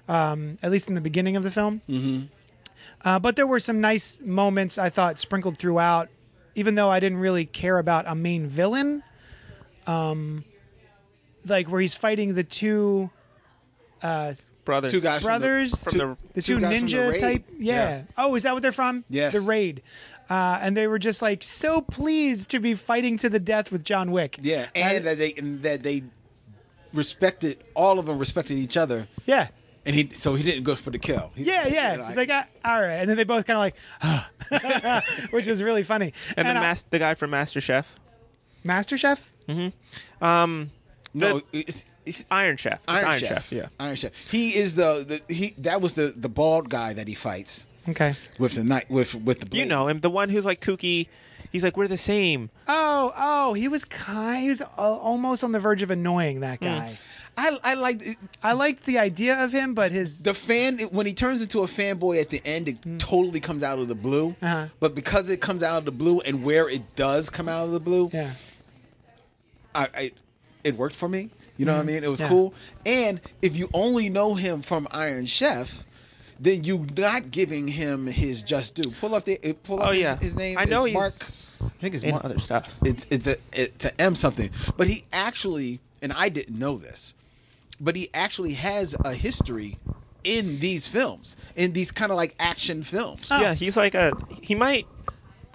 um, at least in the beginning of the film. Mm-hmm. Uh, but there were some nice moments I thought sprinkled throughout, even though I didn't really care about a main villain. Um, like where he's fighting the two
Brothers.
Two guys. from the-
brothers,
from the-
the
Two
two,
guys from the
ninja
Raid.
type. Yeah.
Yeah.
Oh, is that what they're from?
Yes.
The raid. Uh, and they were just like so pleased to be fighting to the death with John Wick.
yeah, and that they and that they respected all of them respected each other,
Yeah.
and he so he didn't go for the kill. He-
Yeah,
he
yeah.
did,
It's like, ah, all right. And then they both kind of like, [laughs] which is really funny.
and the
I-
mas- the guy from Master Chef,
Master Chef?
no, it's, it's
Iron Chef. It's
Iron,
Iron
Chef.
Yeah.
Iron Chef. He is the, the he that was the the bald guy that he fights
Okay.
with the night with with the blade.
You know him, the one who's like kooky. He's like, we're the same.
Oh, oh, he was kind. He was al- almost on the verge of annoying that guy.
I I like
I liked the idea of him, but his
the fan when he turns into a fanboy at the end it totally comes out of the blue
Hmm. Uh-huh.
but because it comes out of the blue and where it does come out of the blue
yeah,
I, I it worked for me you know what i mean it was
Mm-hmm. Yeah.
cool and if you only know him from iron chef then you not giving him his just due pull up the uh, pull up
Oh,
his,
yeah.
his name
I know
is
he's
mark i think it's
in
mark
other stuff.
it's it's a it's a M something. But he actually, and I didn't know this, but he actually has a history in these films, in these kind of like action films.
Yeah, he's like a. He might.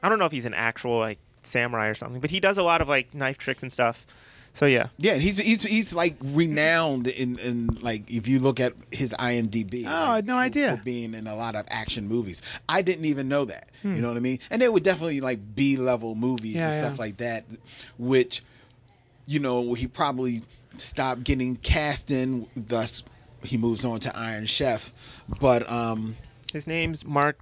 I don't know if he's an actual like samurai or something, but he does a lot of like knife tricks and stuff. So yeah,
Yeah, and he's he's he's like renowned in in like if you look at his IMDb. Oh,
I had no idea.
For being in a lot of action movies, I didn't even know that. You know what I mean? And they were definitely like B level movies and
Hmm. Yeah,
stuff
yeah.
like that, which you know he probably stopped getting cast in. Thus, he moves on to Iron Chef. But um,
his name's Mark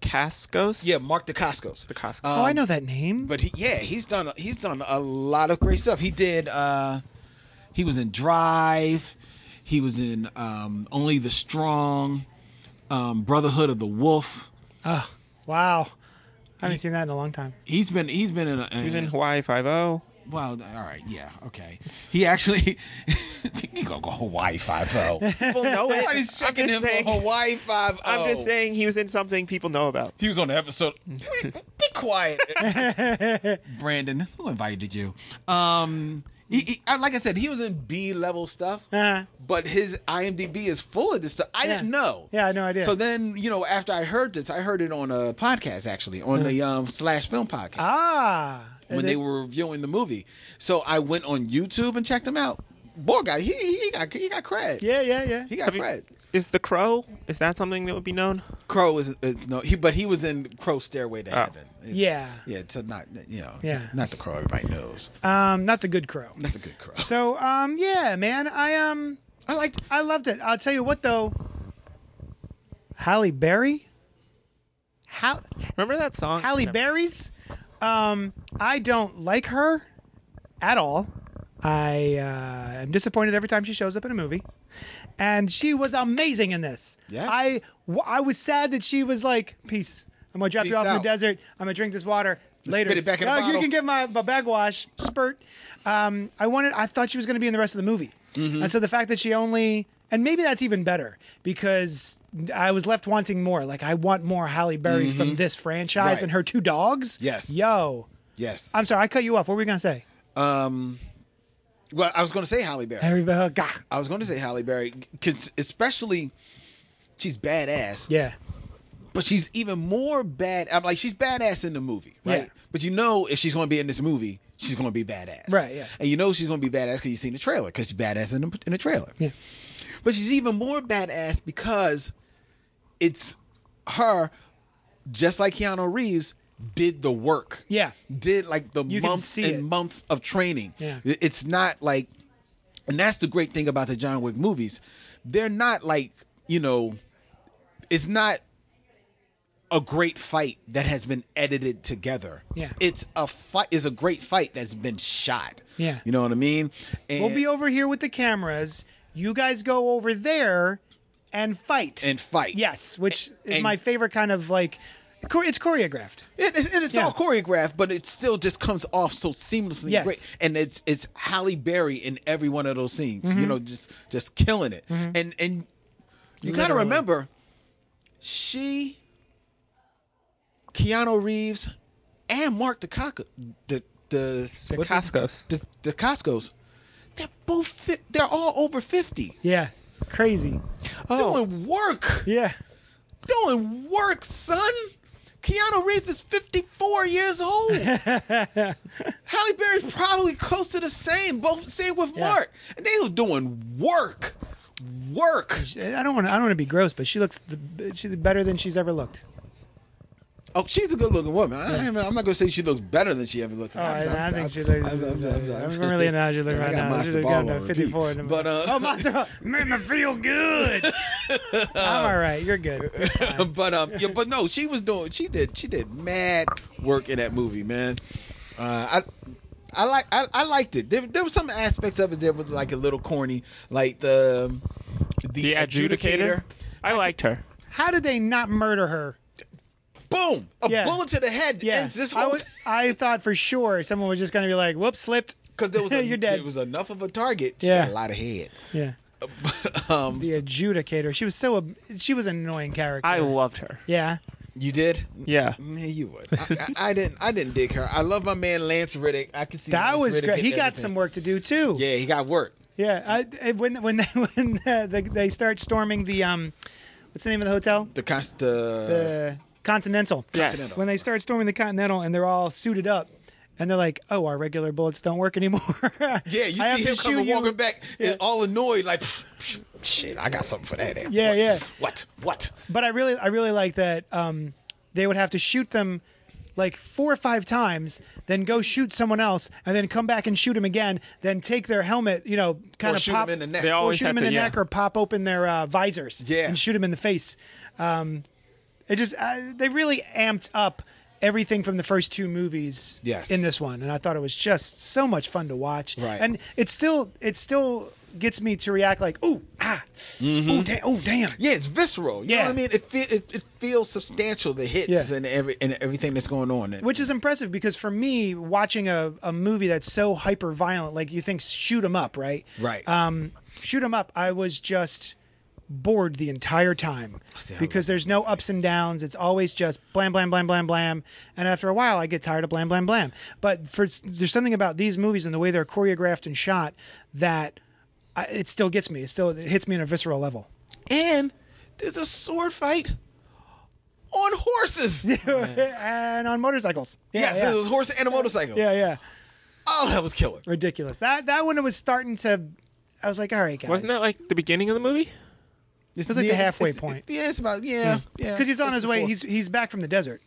DeCascos.
yeah, Mark DeCascos.
DeCascos.
oh, I know that name.
But he, yeah, he's done he's done a lot of great stuff. He did uh he was in Drive, he was in um Only the Strong, um Brotherhood of the Wolf.
wow, I haven't seen that in a long time.
He's been he's been in a
he was in Hawaii Five O.
well, all right, yeah, okay. He actually [laughs] he gonna go Hawaii five
[laughs]
oh.
People know it.
Nobody's
I'm
checking
just
him
saying-
for Hawaii five oh.
I'm just saying he was in something people know about.
He was on the [laughs] episode. Be quiet, [laughs] Brandon. Who invited you? Um, he, he- I- like I said, he was in B level stuff,
Uh-huh.
but his IMDb is full of this stuff. I didn't
Yeah.
know.
Yeah, I had no idea.
So then, you know, after I heard this, I heard it on a podcast actually, on the um, Slash Film podcast
Uh-huh. Ah,
when they were reviewing the movie. So I went on YouTube and checked him out. Boy, guy, he he got he got cred.
Yeah, yeah, yeah.
He got
Have you-
cred.
Is the Crow? Is that something that would be known?
Crow is it's no he but he was in Crow Stairway to Heaven. It's-
Yeah.
Yeah, to not you know
Yeah.
not the crow everybody knows.
Um, not the good crow.
That's a good crow.
So, um, yeah, man, I um, I liked, I loved it. I'll tell you what though, Halle Berry, Hal,
Remember that song?
Halle
Never-
Berry's. Um, I don't like her at all. I uh, am disappointed every time she shows up in a movie, and she was amazing in this.
Yes.
I w- I was sad that she was like, peace. I'm gonna drop
Peace
you off in
out.
the desert. I'm gonna drink this water
Just
later.
spit it back in a
No, you
bottle.
can get my, my backwash spurt. Um, I wanted. I thought she was gonna be in the rest of the movie,
Mm-hmm.
and so the fact that she only and maybe that's even better because I was left wanting more. Like I want more Halle Berry from this franchise
Mm-hmm. Right.
and her two dogs.
Yes.
Yo,
Yes.
I'm sorry, I cut you off. What were we gonna say?
um well, I was going to say Halle Berry.
Harry Bell- Gah.
I was going to say Halle Berry 'cause especially she's badass,
Yeah.
but she's even more bad. I'm like she's badass in the movie, right?
Yeah.
But you know if she's going to be in this movie, she's going to be badass.
Right, yeah.
And you know she's going to be badass cuz you've seen the trailer cuz she's badass in the, in the trailer.
Yeah.
But she's even more badass because it's her, just like Keanu Reeves, did the work.
Yeah.
Did like the
You can
months
see
and
it.
months of training.
Yeah.
It- It's not like, and that's the great thing about the John Wick movies. They're not like, you know, it's not a great fight that has been edited together.
Yeah.
It's a fight is a great fight that's been shot.
Yeah.
You know what I mean? And
We'll be over here with the cameras. You guys go over there and fight.
and fight.
yes, which is
and-
my favorite kind of like. chore- It's choreographed.
It is, and it's
Yeah.
all choreographed, but it still just comes off so seamlessly
Yes.
great. And it's it's Halle Berry in every one of those scenes,
Mm-hmm.
you know, just just killing it. And and you got to
Literally.
remember, she, Keanu Reeves, and Mark DeCaco, the the what's his-
Cascos.
the, the Costco's, they're both fi- they're all over fifty,
Yeah, crazy. Oh.
doing work,
Yeah,
doing work, son. Keanu Reeves is 54 years
[laughs]
old. Halle Berry's probably close to the same, both same with
Yeah.
Mark. And they were doing work. Work.
I don't want. I don't want to be gross, but she looks the, she's better than she's ever looked.
Oh, she's a good looking woman. I, I'm not going to say she looks better than she ever looked.
Oh, I,
I'm-
I
I'm-
think she's.
I'm-
like-
I'm- I'm- I'm-
I'm from really analogy looking
I
right
got
now.
Monster
She's
Ball
got
on
that
repeat.
54 in a minute.
[laughs] But, uh,
oh,
[laughs]
Monster Ball made me feel good. I'm all right. You're good. You're
[laughs]
fine.
but um, yeah, but no, she was doing. She did. She did mad work in that movie, man. Uh, I. I like I, I liked it. There, there were some aspects of it that was like a little corny, like the
The adjudicator. I liked her.
How did they not murder her?
Boom! A
Yeah.
bullet to the head.
Yeah,
ends this
I,
whole [laughs]
was, I thought for sure someone was just going to be like, "Whoops, slipped."
because
[laughs]
there was a,
You're dead.
There was enough of a target. She
Yeah.
had a lot of head.
Yeah,
Um,
the adjudicator. She was so. ab- She was an annoying character.
I loved her.
yeah,
you did.
Yeah.
Yeah, you would. I, I, I didn't. I didn't dig her. I love my man Lance Riddick. I can see
that
Lance
was
Riddick
great.
in
He got
everything.
some work to do too.
Yeah, he got work.
Yeah, I, I- when when [laughs] they, when uh, they, they start storming the um, what's the name of the hotel?
The uh, cost. The,
The Continental.
Yes.
When they start storming the Continental and they're all suited up, and they're like, "Oh, our regular bullets don't work anymore."
[laughs] yeah, you
I have
see
to
him
shoot
coming
you.
walking back, and all annoyed, like, "Psh, psh, shit, I got something for that. eh?
Yeah,
What?
yeah.
What? What?
But I really, I really like that um, they would have to shoot them like four or five times, then go shoot someone else, and then come back and shoot him again, then take their helmet, you know, kind
Or
of
shoot
pop
him in the neck.
They
or
all- Always
shoot
have
him in
to-
the
yeah.
neck, or pop open their uh, visors,
Yeah.
and shoot him in the face. Um, it just uh, they really amped up everything from the first two movies
Yes.
in this one, and I thought it was just so much fun to watch.
Right.
and it still it still gets me to react like, ooh ah, ooh da- ooh damn,
yeah, it's visceral. You know
Yeah.
what I mean? It, feel, it it feels substantial. The hits
Yeah.
and every and everything that's going on.
which is impressive because for me watching a, a movie that's so hyper violent like you think shoot 'em up right
right.
um shoot 'em up i was just bored the entire time
See, I
because
love
there's no ups and downs it's always just blam blam blam blam blam and after a while i get tired of blam blam blam but for there's something about these movies and the way they're choreographed and shot that I, it still gets me it still it hits me on a visceral level
and there's a sword fight on horses.
[laughs] and on motorcycles yeah
yes,
yeah.
it was horse and a motorcycle.
yeah yeah
Oh, that was killer.
ridiculous. That that one was starting to. I was like, all right, guys.
Wasn't that like the beginning of the movie?
It's
was like the
it's-
halfway
it's-
point.
yeah, it's about yeah, yeah.
because he's on
It's
his way?
before.
He's he's back from the desert.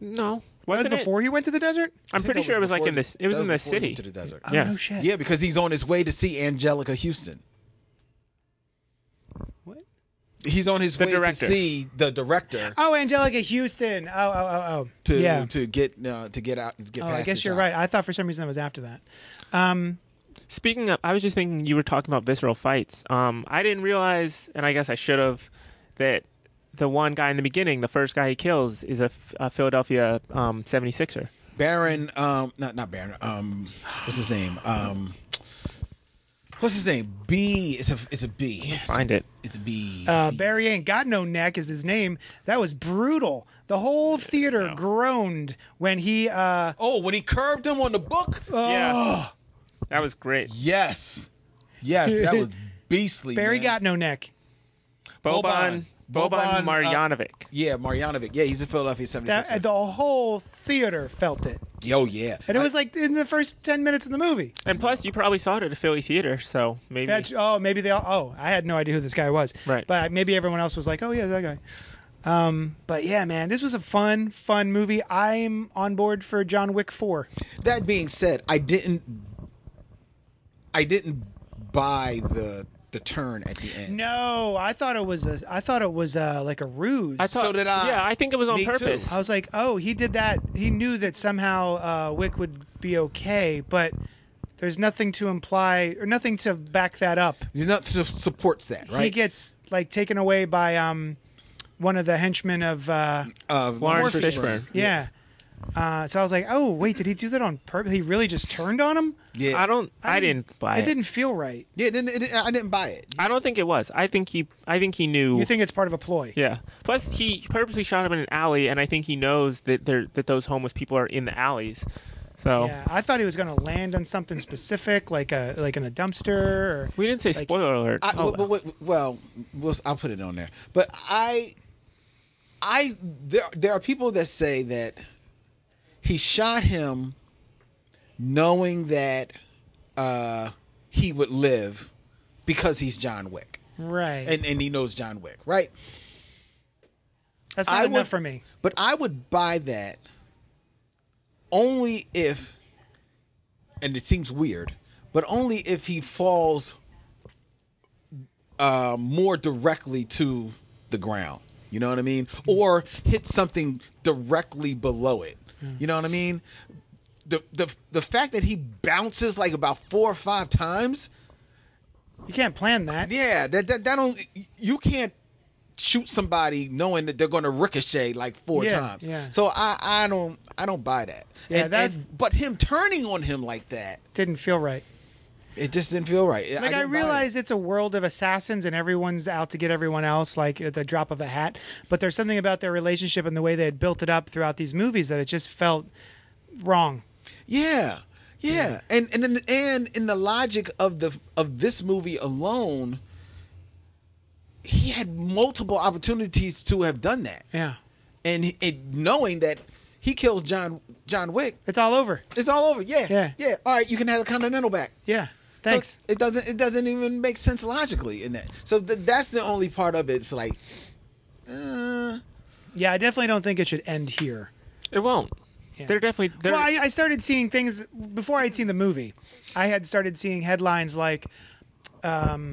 No.
That was
Wasn't it?
before he went to the desert.
I'm pretty
That
sure it was like
before-
in this. It was
that
in the
before he
city.
went To the desert.
Oh,
Yeah.
no shit.
Yeah, because he's on his way to see Angelica Houston.
What?
He's on his
The
way
director.
to see the director
Oh, Angelica Houston. Oh, oh, oh, oh.
to
yeah.
to get uh, to get out get
oh,
past. uh,
I guess
the
you're
job.
right. I thought for some reason that was after that.
Speaking of, I was just thinking you were talking about visceral fights. Um, I didn't realize, and I guess I should have, that the one guy in the beginning, the first guy he kills, is a, F- a Philadelphia um, 76er.
Baron um not not Baron um what's his name um what's his name B it's a it's a B it's a,
Find it.
it's a B
Uh, Barry ain't got no neck is his name. That was brutal. The whole theater groaned when he. Uh,
oh when he curved him on the book
Oh.
Yeah. That was great.
yes yes that
[laughs]
was beastly
Barry
man.
got no neck.
Boban, Boban,
Boban, uh,
Marjanovic.
yeah Marjanovic yeah he's a Philadelphia 76
That, the whole theater felt it,
oh yeah
and it
I-
was like in the first ten minutes of the movie.
and plus, you probably saw it at a Philly theater, so maybe.
That's oh maybe they all oh I had no idea who this guy was
Right.
but maybe everyone else was like oh yeah that guy, um but yeah man this was a fun fun movie I'm on board for John Wick four
That being said, I didn't I didn't buy the the turn at the end.
no I thought it was a I thought it was uh like a ruse
I thought,
So did I.
Yeah, I think it was on
Me too.
purpose.
I was like oh he did that he knew that somehow uh, Wick would be okay but There's nothing to imply or nothing to back that up.
You're not su- supports that,
He
right?
gets like taken away by um, one of the henchmen of uh,
Uh,
Lawrence
Morpheus.
Fishburne.
yeah. Uh, so I was like, oh wait, did he do that on purpose? He really just turned on him.
Yeah,
I don't. I, didn't, buy
It
it.
didn't feel right.
Yeah, it didn't- it didn't- I didn't buy it.
I don't think it was. I think he. I think he knew.
You think it's part of a ploy?
yeah. Plus, he purposely shot him in an alley, and I think he knows that there that those homeless people are in the alleys. So
Yeah, I thought he was going to land on something specific, like a like in a dumpster. Or,
we didn't say
Like,
spoiler alert.
I,
Oh,
well, well, well, we'll- I'll put it on there. But I, I there there are people that say that he shot him knowing that uh, he would live because he's John Wick
right.
and and he knows John Wick, right?
That's not
I
enough
would-
for me.
But I would buy that only if, and it seems weird, but only if he falls uh, more directly to the ground. You know what I mean? Or hits something directly below it. You know what I mean? The, the the fact that he bounces like about four or five times,
You can't plan that.
yeah, that that, that don't you can't shoot somebody knowing that they're going to ricochet like four
Yeah,
times.
yeah.
So I I don't I don't buy that.
Yeah,
And-
that's-
and- but him turning on him like that,
Didn't feel right.
it just didn't feel right.
Like I,
didn't buy it.
realize it's a world of assassins and everyone's out to get everyone else, like at the drop of a hat. But there's something about their relationship and the way they had built it up throughout these movies that it just felt wrong.
Yeah, yeah, and and in, and in the logic of the of this movie alone, he had multiple opportunities to have done that,
Yeah,
and, he- and knowing that he kills John John Wick,
it's all over.
it's all over. Yeah,
Yeah.
yeah. All right, you can have the Continental back.
Yeah,
So
thanks.
it doesn't. It doesn't even make sense logically in that. So th- that's the only part of it. It's like, uh,
yeah, I definitely don't think it should end here.
it won't. They're definitely. They're,
Well, I, I started seeing things before I'd seen the movie. I had started seeing headlines like um,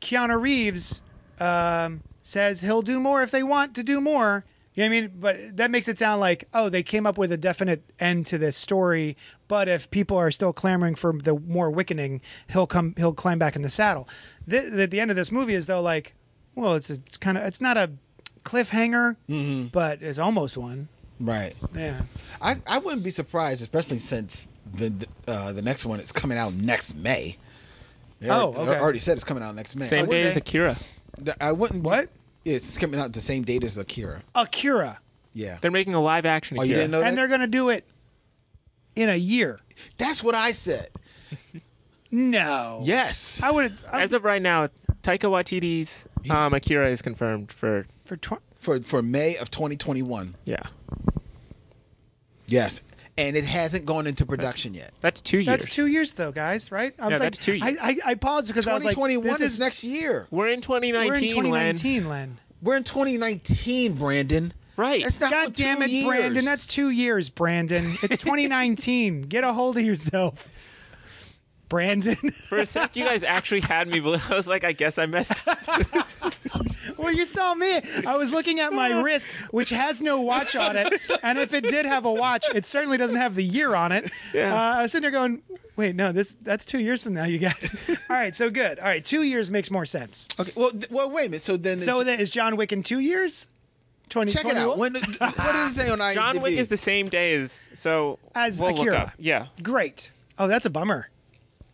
Keanu Reeves um, says he'll do more if they want to do more. You know what I mean? But that makes it sound like, oh, they came up with a definite end to this story. But if people are still clamoring for the more wickening, he'll come. He'll climb back in the saddle. The, at the end of this movie is though like, well, it's, a, it's kind of it's not a cliffhanger, but it's almost one.
right.
Yeah.
I, I wouldn't be surprised, especially since the the, uh, the next one is coming out next May. They al-
Oh, okay.
I already said it's coming out next May.
same
I
day
wouldn't
as
they?
Akira.
wouldn't, I wouldn't. What? Yeah, it's coming out the same date as Akira.
Akira.
Yeah.
They're making a live action.
oh,
Akira.
you didn't know
and
that?
they're going to do it in a year.
That's what I said.
No.
Yes.
I would have
As of right now, Taika Waititi's um, Akira is confirmed for.
for tw-
For for May of 2021.
Yeah,
Yes. And it hasn't gone into production yet.
that's two years.
that's two years though, guys. Right? I was
Yeah,
like,
that's two years.
I, I, I paused because I was like,
2021
this
is,
is
next year.
We're in 2019.
we're in
Len.
2019, Len.
We're in 2019, Brandon.
Right.
That's not
God damn
two
it,
years.
Brandon. That's two years, Brandon.
[laughs]
It's 2019. Get a hold of yourself, Brandon.
For a sec, you guys actually had me. believe- [laughs] I was like, I guess I messed.
[laughs]
up.
well, you saw me. I was looking at
Oh.
my wrist, which has no watch on it, and if it did have a watch, it certainly doesn't have the year on it.
Yeah.
Uh, I was sitting there going, "Wait, no, this that's two years from now, you
[laughs]
guys." All right, so good. All right, two years makes more sense.
okay. Well, th- well, wait a minute. So then,
So that is John Wick in two years. Twenty
check
twenty.
it out. When, what does
[laughs]
it say on IMDb?
John Wick is the same day as so
As
we'll
Akira.
Look up. Yeah,
Great. Oh, that's a bummer.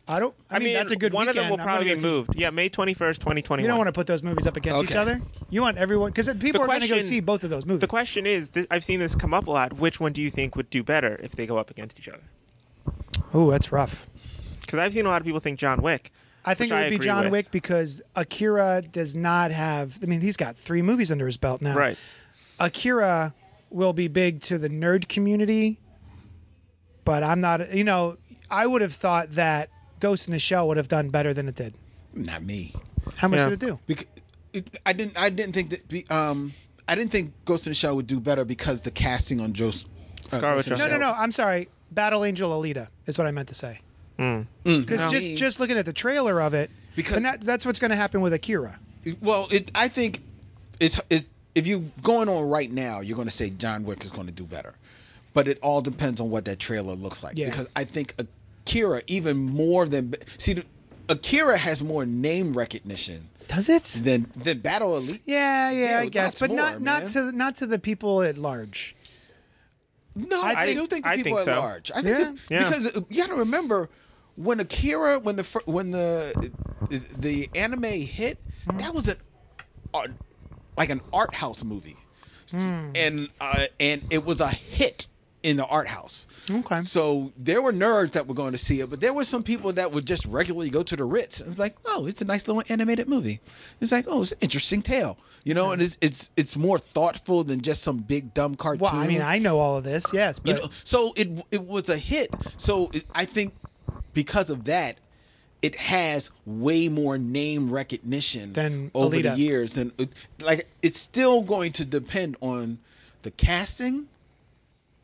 I don't. I,
I
mean,
mean
that's a good.
one of
weekend.
them will
I'm gonna
probably
go
be
see-
moved. Yeah, May 21st, 2021.
You don't want to put those movies up against each
Okay.
other. You want everyone because people are going to go
question-
see both of those movies.
The question is, this, I've seen this come up a lot. Which one do you think would do better if they go up against each other?
oh, that's rough.
Because I've seen a lot of people think John Wick.
I think it
which
would be
agree
John
with.
Wick because Akira does not have. I mean, he's got three movies under his belt now.
Right.
Akira will be big to the nerd community, but I'm not. You know, I would have thought that Ghost in the Shell would have done better than it did.
not me.
How much
Yeah.
did it do?
Bec- it- I didn't. I didn't think that. be- Um, I didn't think Ghost in the Shell would do better because the casting on Joe. Uh,
Scarlett
Ghost in the
No,
Shell-
no, no. I'm sorry. Battle Angel Alita is what I meant to say.
Hmm.
Because just just looking at the trailer of it,
Because-
and that, that's what's going to happen with Akira.
Well, it, I think it's it. If you going on right now, you're going to say John Wick is going to do better, but it all depends on what that trailer looks like
Yeah.
because I think uh, Akira even more than see. the- Akira has more name recognition
Does it?
than than Battle Elite.
Yeah, yeah,
Yeah,
I guess,
lots
but not
more,
not
man.
to not to the people at large.
No,
I
I,
think-
do think the
I
people
think
at
so.
large. I think
Yeah.
it-
Yeah.
because uh, you got to remember when Akira, when the fir- when the the anime hit,
Hmm.
that was an art, like an art house movie, S-
Hmm.
and uh, and it was a hit in the art house.
Okay.
So there were nerds that were going to see it, but there were some people that would just regularly go to the Ritz and it's like, oh, it's a nice little animated movie. It's like, oh, it's an interesting tale, you
Hmm.
know, and it's it's it's more thoughtful than just some big dumb cartoon.
Well, I mean, I know all of this, yes, but
You know, so it it was a hit. So it, I think because of that, it has way more name recognition
Than
over
Alita.
the years. Than like it's still going to depend on the casting,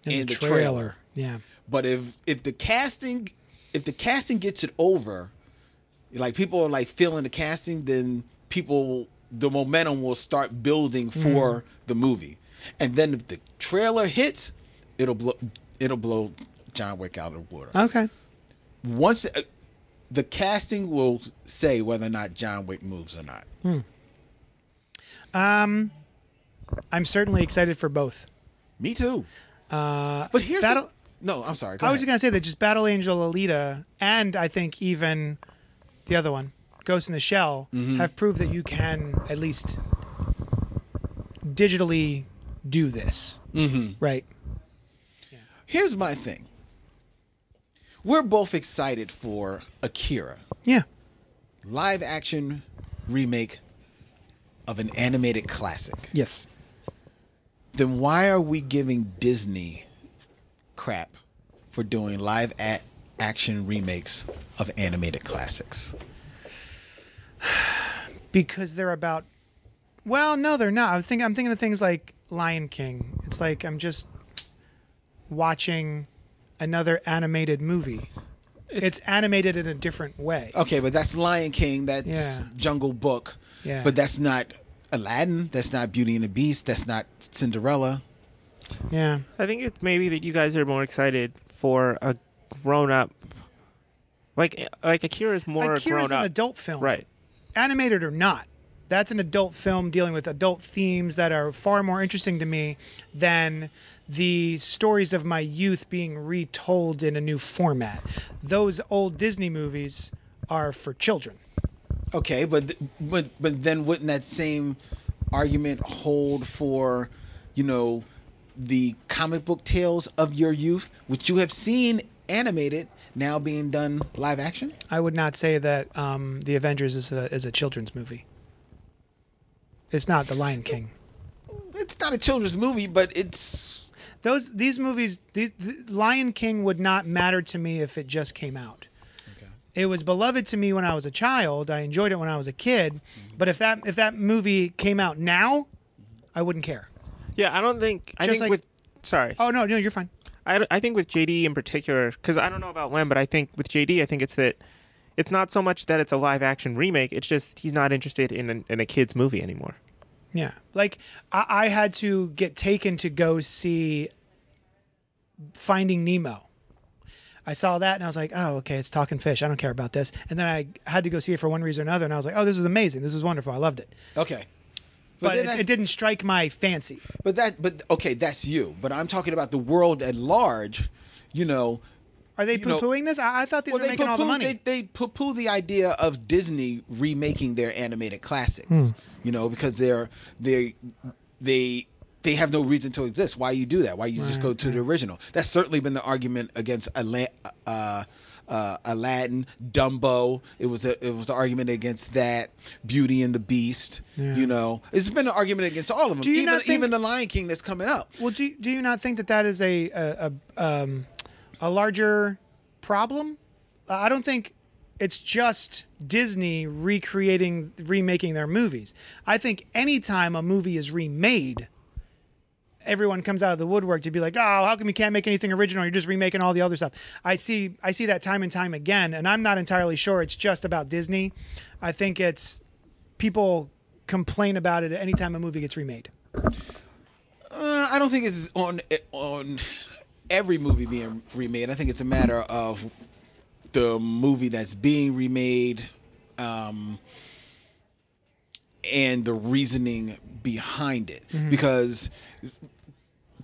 in
and
the
the
trailer.
trailer.
Yeah.
but if if the casting if the casting gets it over, like people are like feeling the casting, then people the momentum will start building for the movie, and then if the trailer hits, it'll blow it'll blow John Wick out of the water.
Okay.
Once the, the casting will say whether or not John Wick moves or not.
I'm certainly excited for both.
Me too. Uh, but here's
that'll-
the- no, I'm sorry. Go
I was
ahead.
just gonna say that just Battle Angel Alita and I think even the other one, Ghost in the Shell,
Mm-hmm.
have proved that you can at least digitally do this. Mm-hmm. Right.
Here's my thing. We're both excited for Akira,
Yeah.
live action remake of an animated classic.
Yes.
Then why are we giving Disney crap for doing live a- action remakes of animated classics?
because they're about well no they're not i was thinking i'm thinking of things like lion king it's like i'm just watching another animated movie it's animated in a different way
Oh.
Okay, but that's Lion King, that's
Yeah.
Jungle Book,
Yeah.
but that's not Aladdin, that's not Beauty and the Beast, that's not Cinderella.
yeah
I think it's maybe that you guys are more excited for a grown up, like like Akira is more
akira's
grown
an
up,
adult film
right?
animated or not that's an adult film dealing with adult themes that are far more interesting to me than the stories of my youth being retold in a new format those old disney movies are for children
Okay, but th- but but then wouldn't that same argument hold for, you know, the comic book tales of your youth, which you have seen animated, now being done live action?
I would not say that um, the Avengers is a is a children's movie. It's not the Lion King.
It's not a children's movie, but it's
Those these movies, the, the Lion King would not matter to me if it just came out. It was beloved to me when I was a child. I enjoyed it when I was a kid. But if that if that movie came out now, I wouldn't care.
Yeah, I don't think I
Just like-
think with sorry,
Oh no, no, you're fine.
I, I think with JD in particular, because I don't know about Len, but I think with JD, I think it's that it's not so much that it's a live action remake. It's just he's not interested in an, in a kids movie anymore.
Yeah. Like I, I had to get taken to go see Finding Nemo. I saw that and I was like, oh, okay, it's talking fish. I don't care about this. And then I had to go see it for one reason or another. And I was like, oh, this is amazing. This is wonderful. I loved it.
okay. But,
But,
then
it,
that's-
it didn't strike my fancy.
But that but okay, that's you. But I'm talking about the world at large. You know,
Are they
You know-
poo pooing this? I, I thought these were making all the
poo-poo-
money.
They, they poo-poo the idea of Disney remaking their animated classics. You know, because they're they they they have no reason to exist. Why you do that? Why you just go to the original? That's certainly been the argument against Ala- uh, uh, Aladdin, Dumbo. It was a it was an argument against that Beauty and the Beast. You know, it's been an argument against all of them.
Do you
even
not think-
even the Lion King that's coming up.
well, do, do you not think that that is a, a, a, um, a larger problem? I don't think it's just Disney recreating, remaking their movies. I think anytime a movie is remade, everyone comes out of the woodwork to be like, "Oh, how come you can't make anything original? You're just remaking all the other stuff." I see, I see that time and time again, and I'm not entirely sure it's just about Disney. I think it's people complain about it anytime a movie gets remade.
Uh, I don't think it's on on every movie being remade. I think it's a matter of the movie that's being remade, um, and the reasoning behind it.
Mm-hmm.
Because,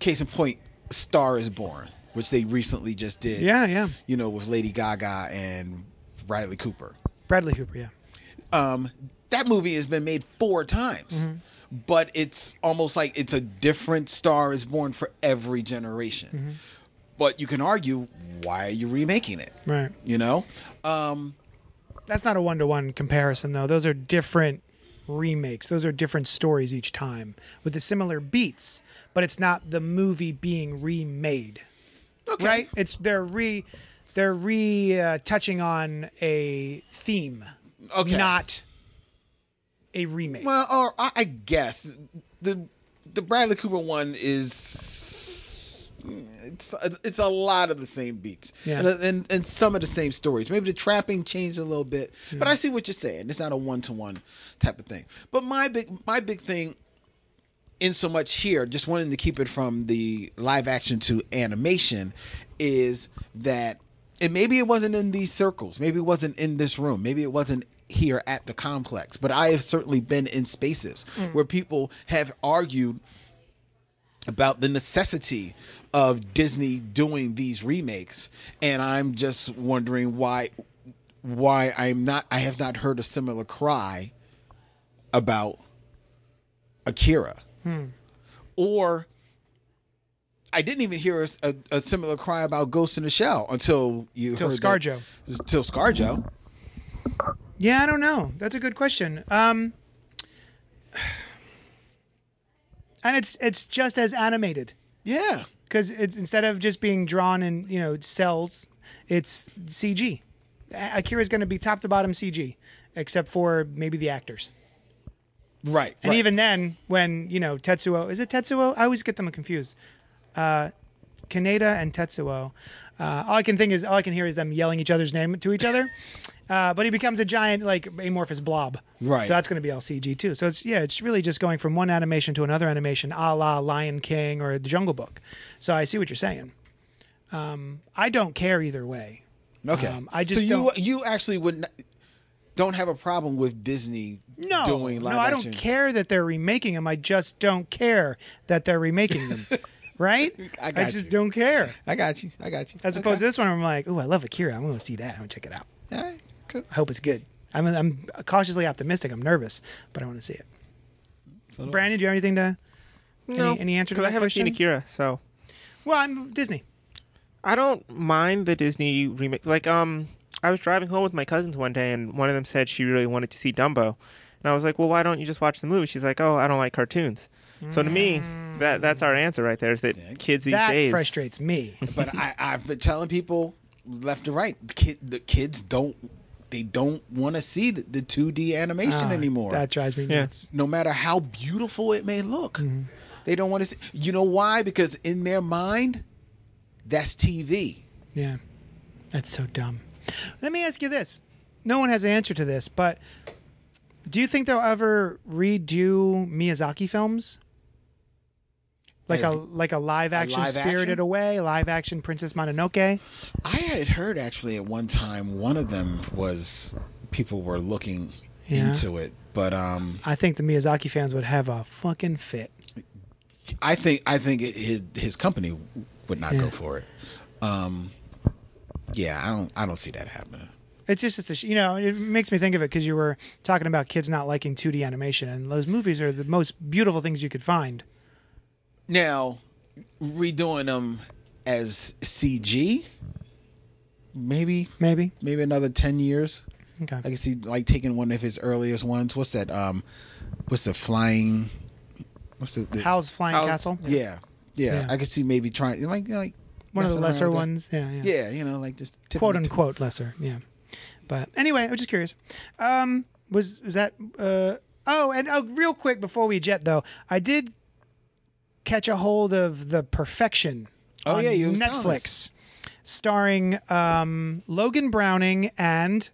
case in point, Star is Born, which they recently just did.
Yeah, yeah.
You know, with Lady Gaga and Riley Cooper
Bradley Cooper, yeah.
um, that movie has been made four times, but it's almost like it's a different Star is Born for every generation. But you can argue, why are you remaking it?
Right.
You know,
That's not a one to one comparison though. Those are different remakes. Those are different stories each time with the similar beats, but it's not the movie being remade.
okay,
Right? It's they're re they're re uh, touching on a theme,
Okay.
not a remake.
Well, or I, I guess the the Bradley Cooper one is it's it's a lot of the same beats
Yeah.
and, uh, and and some of the same stories. Maybe the trapping changed a little bit, but I see what you're saying. It's not a one to one type of thing. But my big my big thing in so much here, just wanting to keep it from the live action to animation, is that and maybe it wasn't in these circles, maybe it wasn't in this room, maybe it wasn't here at the complex, but I have certainly been in spaces where people have argued about the necessity of Disney doing these remakes, and I'm just wondering why why I'm not I have not heard a similar cry about Akira,
Hmm.
or I didn't even hear a, a, a similar cry about Ghost in the Shell until you
Till
heard
ScarJo.
Till ScarJo,
Yeah, I don't know. That's a good question. Um, [sighs] and it's it's just as animated
yeah.
because instead of just being drawn in you know cells, it's CG. A- Akira's going to be top to bottom CG, except for maybe the actors.
Right,
And
right.
even then, when you know Tetsuo, is it Tetsuo? I always get them confused. Uh, Kaneda and Tetsuo. Uh, all I can think is all I can hear is them yelling each other's name to
[laughs]
each other. Uh, but he becomes a giant like amorphous blob.
Right.
So that's going to be LCG too. So it's yeah, it's really just going from one animation to another animation, a la Lion King or The Jungle Book. So I see what you're saying. Um, I don't care either way.
Okay.
Um, I just
so you
don't-
you actually would not, don't have a problem with Disney
No,
doing live
no, I
action.
don't care that they're remaking them. I just don't care that they're
[laughs]
remaking them. right?
I got
just
you.
don't care.
I got you. I got you. [laughs]
As opposed to this one, I'm like, oh, I love Akira. I'm going to see that. I'm going to check it out.
to All right, cool.
I hope it's good. I'm, I'm cautiously optimistic. I'm nervous, but I want to see it. Brandon, do you have anything to?
No,
any answer to
'cause
that
I haven't seen
question?
Akira, so
Well, I'm Disney.
I don't mind the Disney remake. Like, um, I was driving home with my cousins one day, and one of them said she really wanted to see Dumbo, and I was like, "Well, why don't you just watch the movie?" She's like, "Oh, I don't like cartoons." So to me, that that's our answer right there. Is that kids these
Mm. that
days?
frustrates me.
But I, I've been telling people left and right, the, kid, the kids don't they don't want to see the, the 2D animation
Ah,
anymore.
That drives me
Yeah.
nuts.
no matter how beautiful it may look, they don't want to see. You know why? Because in their mind, that's TV.
Yeah. That's so dumb. Let me ask you this. No one has an answer to this, but do you think they'll ever redo Miyazaki films? Like a
As-
like a live action
live
Spirited
action?
Away, live action Princess Mononoke.
I had heard actually at one time one of them was people were looking
Yeah.
into it, but um,
I think the Miyazaki fans would have a fucking fit.
I think I think it, his his company would not go for it. Um, yeah, I don't I don't see that happening.
It's just it's a sh- you know it makes me think of it because you were talking about kids not liking 2D animation and those movies are the most beautiful things you could find.
Now, redoing them as CG, maybe
Maybe
maybe another ten years.
okay.
I can see like taking one of his earliest ones. What's that? Um, what's the flying? What's the, the
How's Flying
Howl's-
Castle?
Yeah, yeah,
Yeah.
I could see maybe trying like like
One of the
messing around
lesser
with that.
ones. Yeah, yeah.
Yeah, you know, like just tipping
[laughs] quote
the-
unquote lesser. Yeah. But anyway, I was just curious. Um, was was that? Uh, oh, and oh, real quick before we jet though, I did catch a hold of the perfection.
Oh,
on
yeah, you was telling
Netflix, starring um, Logan Browning and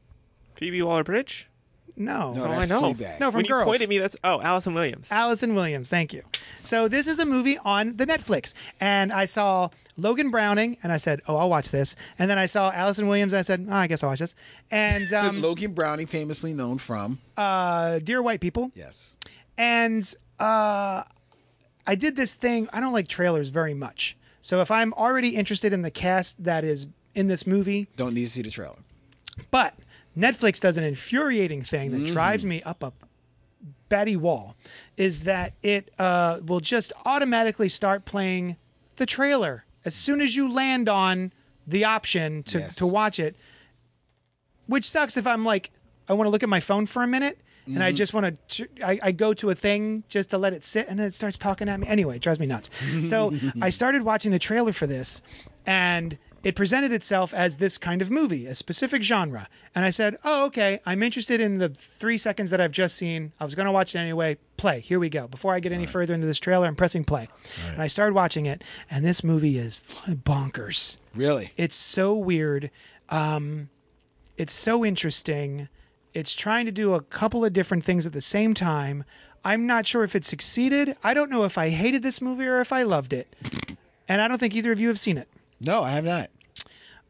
Phoebe Waller Bridge.
No.
No,
all I
that's
know.
Fleabag.
Oh, No, from
when you
Girls.
point at me, that's oh, Allison Williams.
Allison Williams, thank you. So this is a movie on the Netflix, and I saw Logan Browning, and I said, "Oh, I'll watch this." And then I saw Allison Williams, and I said, oh, "I guess I'll watch this."
[laughs]
And um,
Logan Browning, famously known from
uh, Dear White People,
yes,
and uh, I did this thing. I don't like trailers very much, so if I'm already interested in the cast that is in this movie,
don't need to see the trailer.
But Netflix does an infuriating thing that drives me up a batty wall is that it uh, will just automatically start playing the trailer as soon as you land on the option to,
Yes.
to watch it, which sucks if I'm like, I want to look at my phone for a minute. And I just want to, I, I go to a thing just to let it sit, and then it starts talking at me. Anyway, it drives me nuts. So I started watching the trailer for this, and it presented itself as this kind of movie, a specific genre. And I said, Oh, okay, I'm interested in the three seconds that I've just seen. I was going to watch it anyway. Play. Here we go. Before I get any further into this trailer, I'm pressing play. And I started watching it, and this movie is bonkers.
Really,
It's so weird. Um, it's so interesting. It's trying to do a couple of different things at the same time. I'm not sure if it succeeded. I don't know if I hated this movie or if I loved it. And I don't think either of you have seen it.
no, I have not.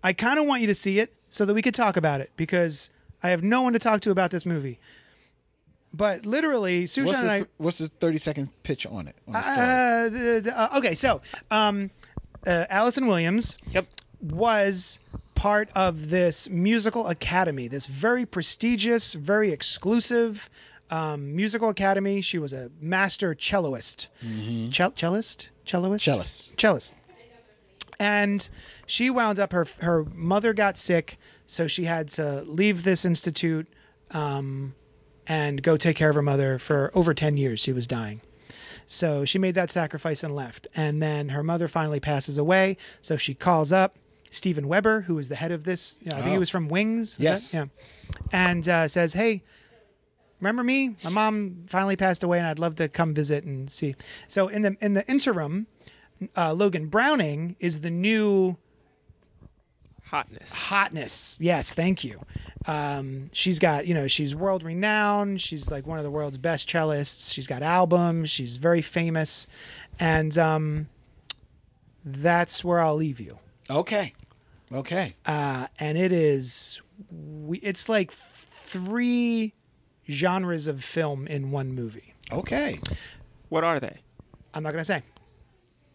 I kind of want you to see it so that we could talk about it because I have no one to talk to about this movie. But literally, Sushan
What's
and I.
the, what's the thirty second pitch on it? on the story?
Uh, the- the- uh, okay, so um, uh, Allison Williams
Yep.
was part of this musical academy, this very prestigious, very exclusive um, musical academy. She was a master celloist, Cell- cellist, celloist,
Cellist.
cellist. And she wound up her her mother got sick, so she had to leave this institute um, and go take care of her mother for over ten years. She was dying. So she made that sacrifice and left. And then her mother finally passes away. So she calls up Steven Weber, who is the head of this. You know, I think he
Oh.
was from Wings. was
Yes.
that? Yeah. And uh, says, hey, remember me? My mom finally passed away, and I'd love to come visit and see. So in the in the interim, uh, Logan Browning is the new
Hotness.
hotness. Yes, thank you. Um, she's got, you know, she's world renowned. She's like one of the world's best cellists. She's got albums. She's very famous. And um, that's where I'll leave you.
Okay, okay.
Uh, and it is, we, it's like three genres of film in one movie.
Okay.
What are they?
I'm not going to say.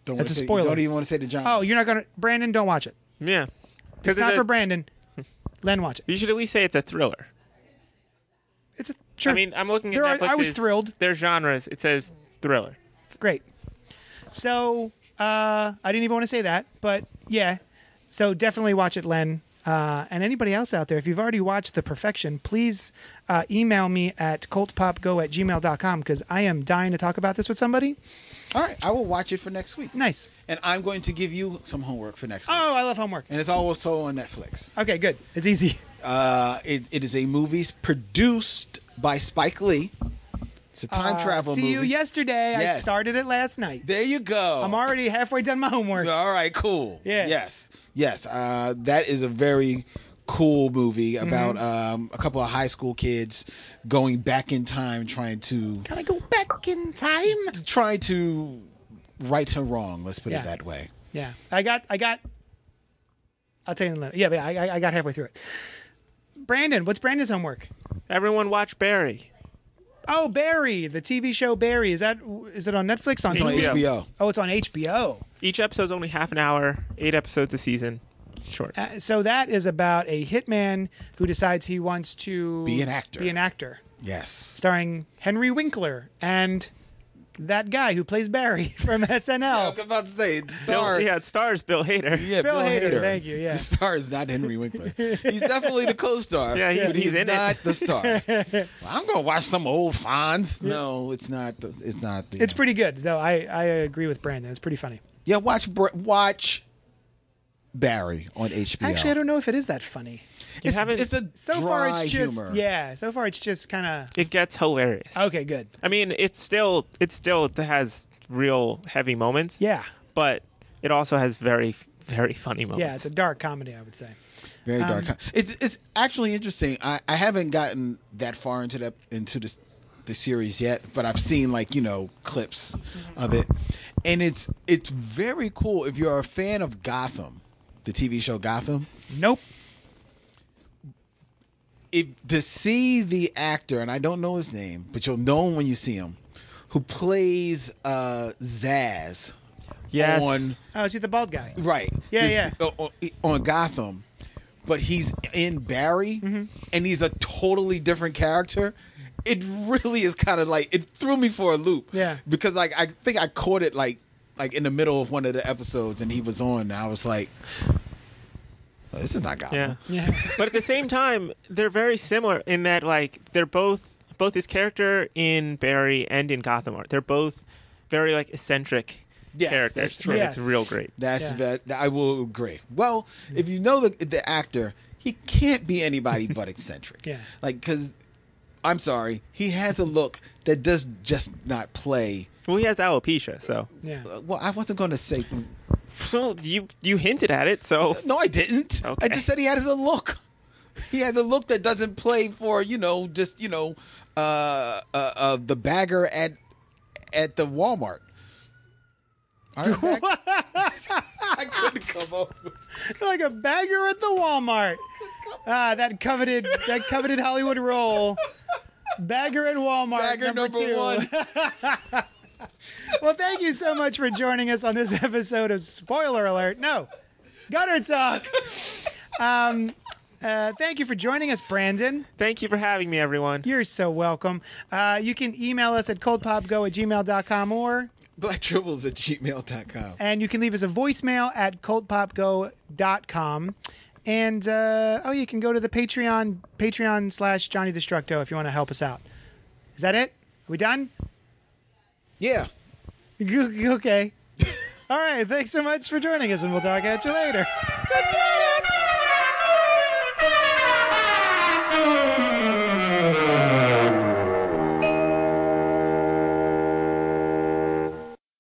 Don't wanna
That's a
say-
spoiler.
Don't even want to say the genre.
Oh, you're not going to, Brandon, don't watch it.
Yeah.
It's not for Brandon. [laughs] Len, watch it.
You should at least say it's a thriller.
It's a, sure.
I mean, I'm looking at
There are- I was
Netflix's-
thrilled.
Their genres. It says thriller.
great. So uh, I didn't even want to say that, but yeah. So definitely watch it, Len. Uh, and anybody else out there, if you've already watched The Perfection, please uh, email me at cultpopgo at gmail.com because I am dying to talk about this with somebody.
All right, I will watch it for next week.
Nice.
And I'm going to give you some homework for next week.
Oh, I love homework.
And it's also on Netflix.
Okay, good. It's easy.
Uh, it, it is a movie produced by Spike Lee. It's a time [laughs] travel
Uh, See
movie.
you yesterday. I
Yes.
started it last night.
There you go.
I'm already halfway done my homework.
All right, cool.
Yeah.
Yes. Yes. Uh, that is a very cool movie
Mm-hmm.
about um, a couple of high school kids going back in time trying to
Can I go back in time?
try to right her wrong, let's put
Yeah.
it that way.
Yeah, I got, I got. I'll tell you in a minute. Yeah, but I, I- I got halfway through it. Brandon, what's Brandon's homework?
Everyone watch Barry.
Oh, Barry, the TV show Barry. Is that is it on Netflix? On
It's on
HBO.
HBO.
Oh, it's on HBO.
Each episode's only half an hour. Eight episodes a season. It's short.
Uh, So that is about a hitman who decides he wants to
Be an actor.
Be an actor,
Yes.
starring Henry Winkler and that guy who plays Barry [laughs] from
I
SNL.
was about to say, it
Bill,
star-
yeah, it stars Bill Hader.
Yeah,
Bill
Bill,
Hader,
Hader.
thank you, yeah.
the star is not Henry Winkler. He's definitely the
[laughs]
co-star.
Yeah, he's-
but
he's
he's,
in it.
not the star. Well, I'm gonna watch some old Fonz. No, it's not. The, it's not. The,
It's pretty good, though. I, I agree with Brandon. It's pretty funny.
Yeah, watch Br- watch Barry on HBO.
Actually, I don't know if it is that funny.
It's,
haven't-
it's a
So far,
dry
it's just
humor.
yeah. So far, it's just kind of
It gets hilarious.
okay. Good.
I mean, it still it still has real heavy moments.
Yeah,
But it also has very very funny moments.
yeah. It's a dark comedy, I would say.
Very dark. com- it's it's actually interesting. I, I haven't gotten that far into that into this the series yet, but I've seen like you know clips
Mm-hmm.
of it, and it's it's very cool. If you're a fan of Gotham, the TV show Gotham,
Nope.
it, to see the actor, and I don't know his name, but you'll know him when you see him, who plays uh, Zaz
Yes.
on
Oh, is he the
[laughs]
bald guy?
Right.
Yeah,
This- On, on Gotham, but he's in Barry,
Mm-hmm.
and he's a totally different character. It really is kind of like it threw me for a loop.
Yeah.
Because like I think I caught it like like in the middle of one of the episodes, and he was on, and I was like, "Well, "This is not Gotham."
Yeah.
Yeah.
but at the same time, they're very similar in that like they're both both his character in Barry and in Gotham are they're both very like eccentric
Yes,
characters.
that's true.
and It's
Yes.
real great.
That's
Yeah.
that, that- I will agree. Well, if you know the the actor, he can't be anybody but
[laughs]
eccentric.
Yeah.
Like cuz I'm sorry, he has a look that does just not play.
Well, he has alopecia, so
Yeah.
Uh, Well, I wasn't going to say
so you you hinted at
[laughs]
it. So
No, I didn't. I
Okay.
just said he has a look. [laughs] He has a look that doesn't play for, you know, just, you know, uh uh, uh the bagger at at the Walmart. All right,
[laughs]
Bag- [laughs] I couldn't come up with
like a bagger at the Walmart. Ah, that coveted that coveted Hollywood role. Bagger at Walmart.
bagger
number,
number
two.
one.
[laughs] Well, thank you so much for joining us on this [laughs] episode of Spoiler Alert. No, Gutter Talk. Um, uh, thank you for joining us, Brandon.
thank you for having me, everyone.
You're so welcome. Uh, you can email us at coldpopgo at gmail.com or,
blacktribbles at gmail.com.
and you can leave us a voicemail at coldpopgo.com. And, uh, oh, you can go to the Patreon, Patreon slash Johnny Destructo if you want to help us out. Is that it? Are we done? [laughs]
Yeah.
Okay. All right. Thanks so much for joining us, and we'll talk at you later.
Potato!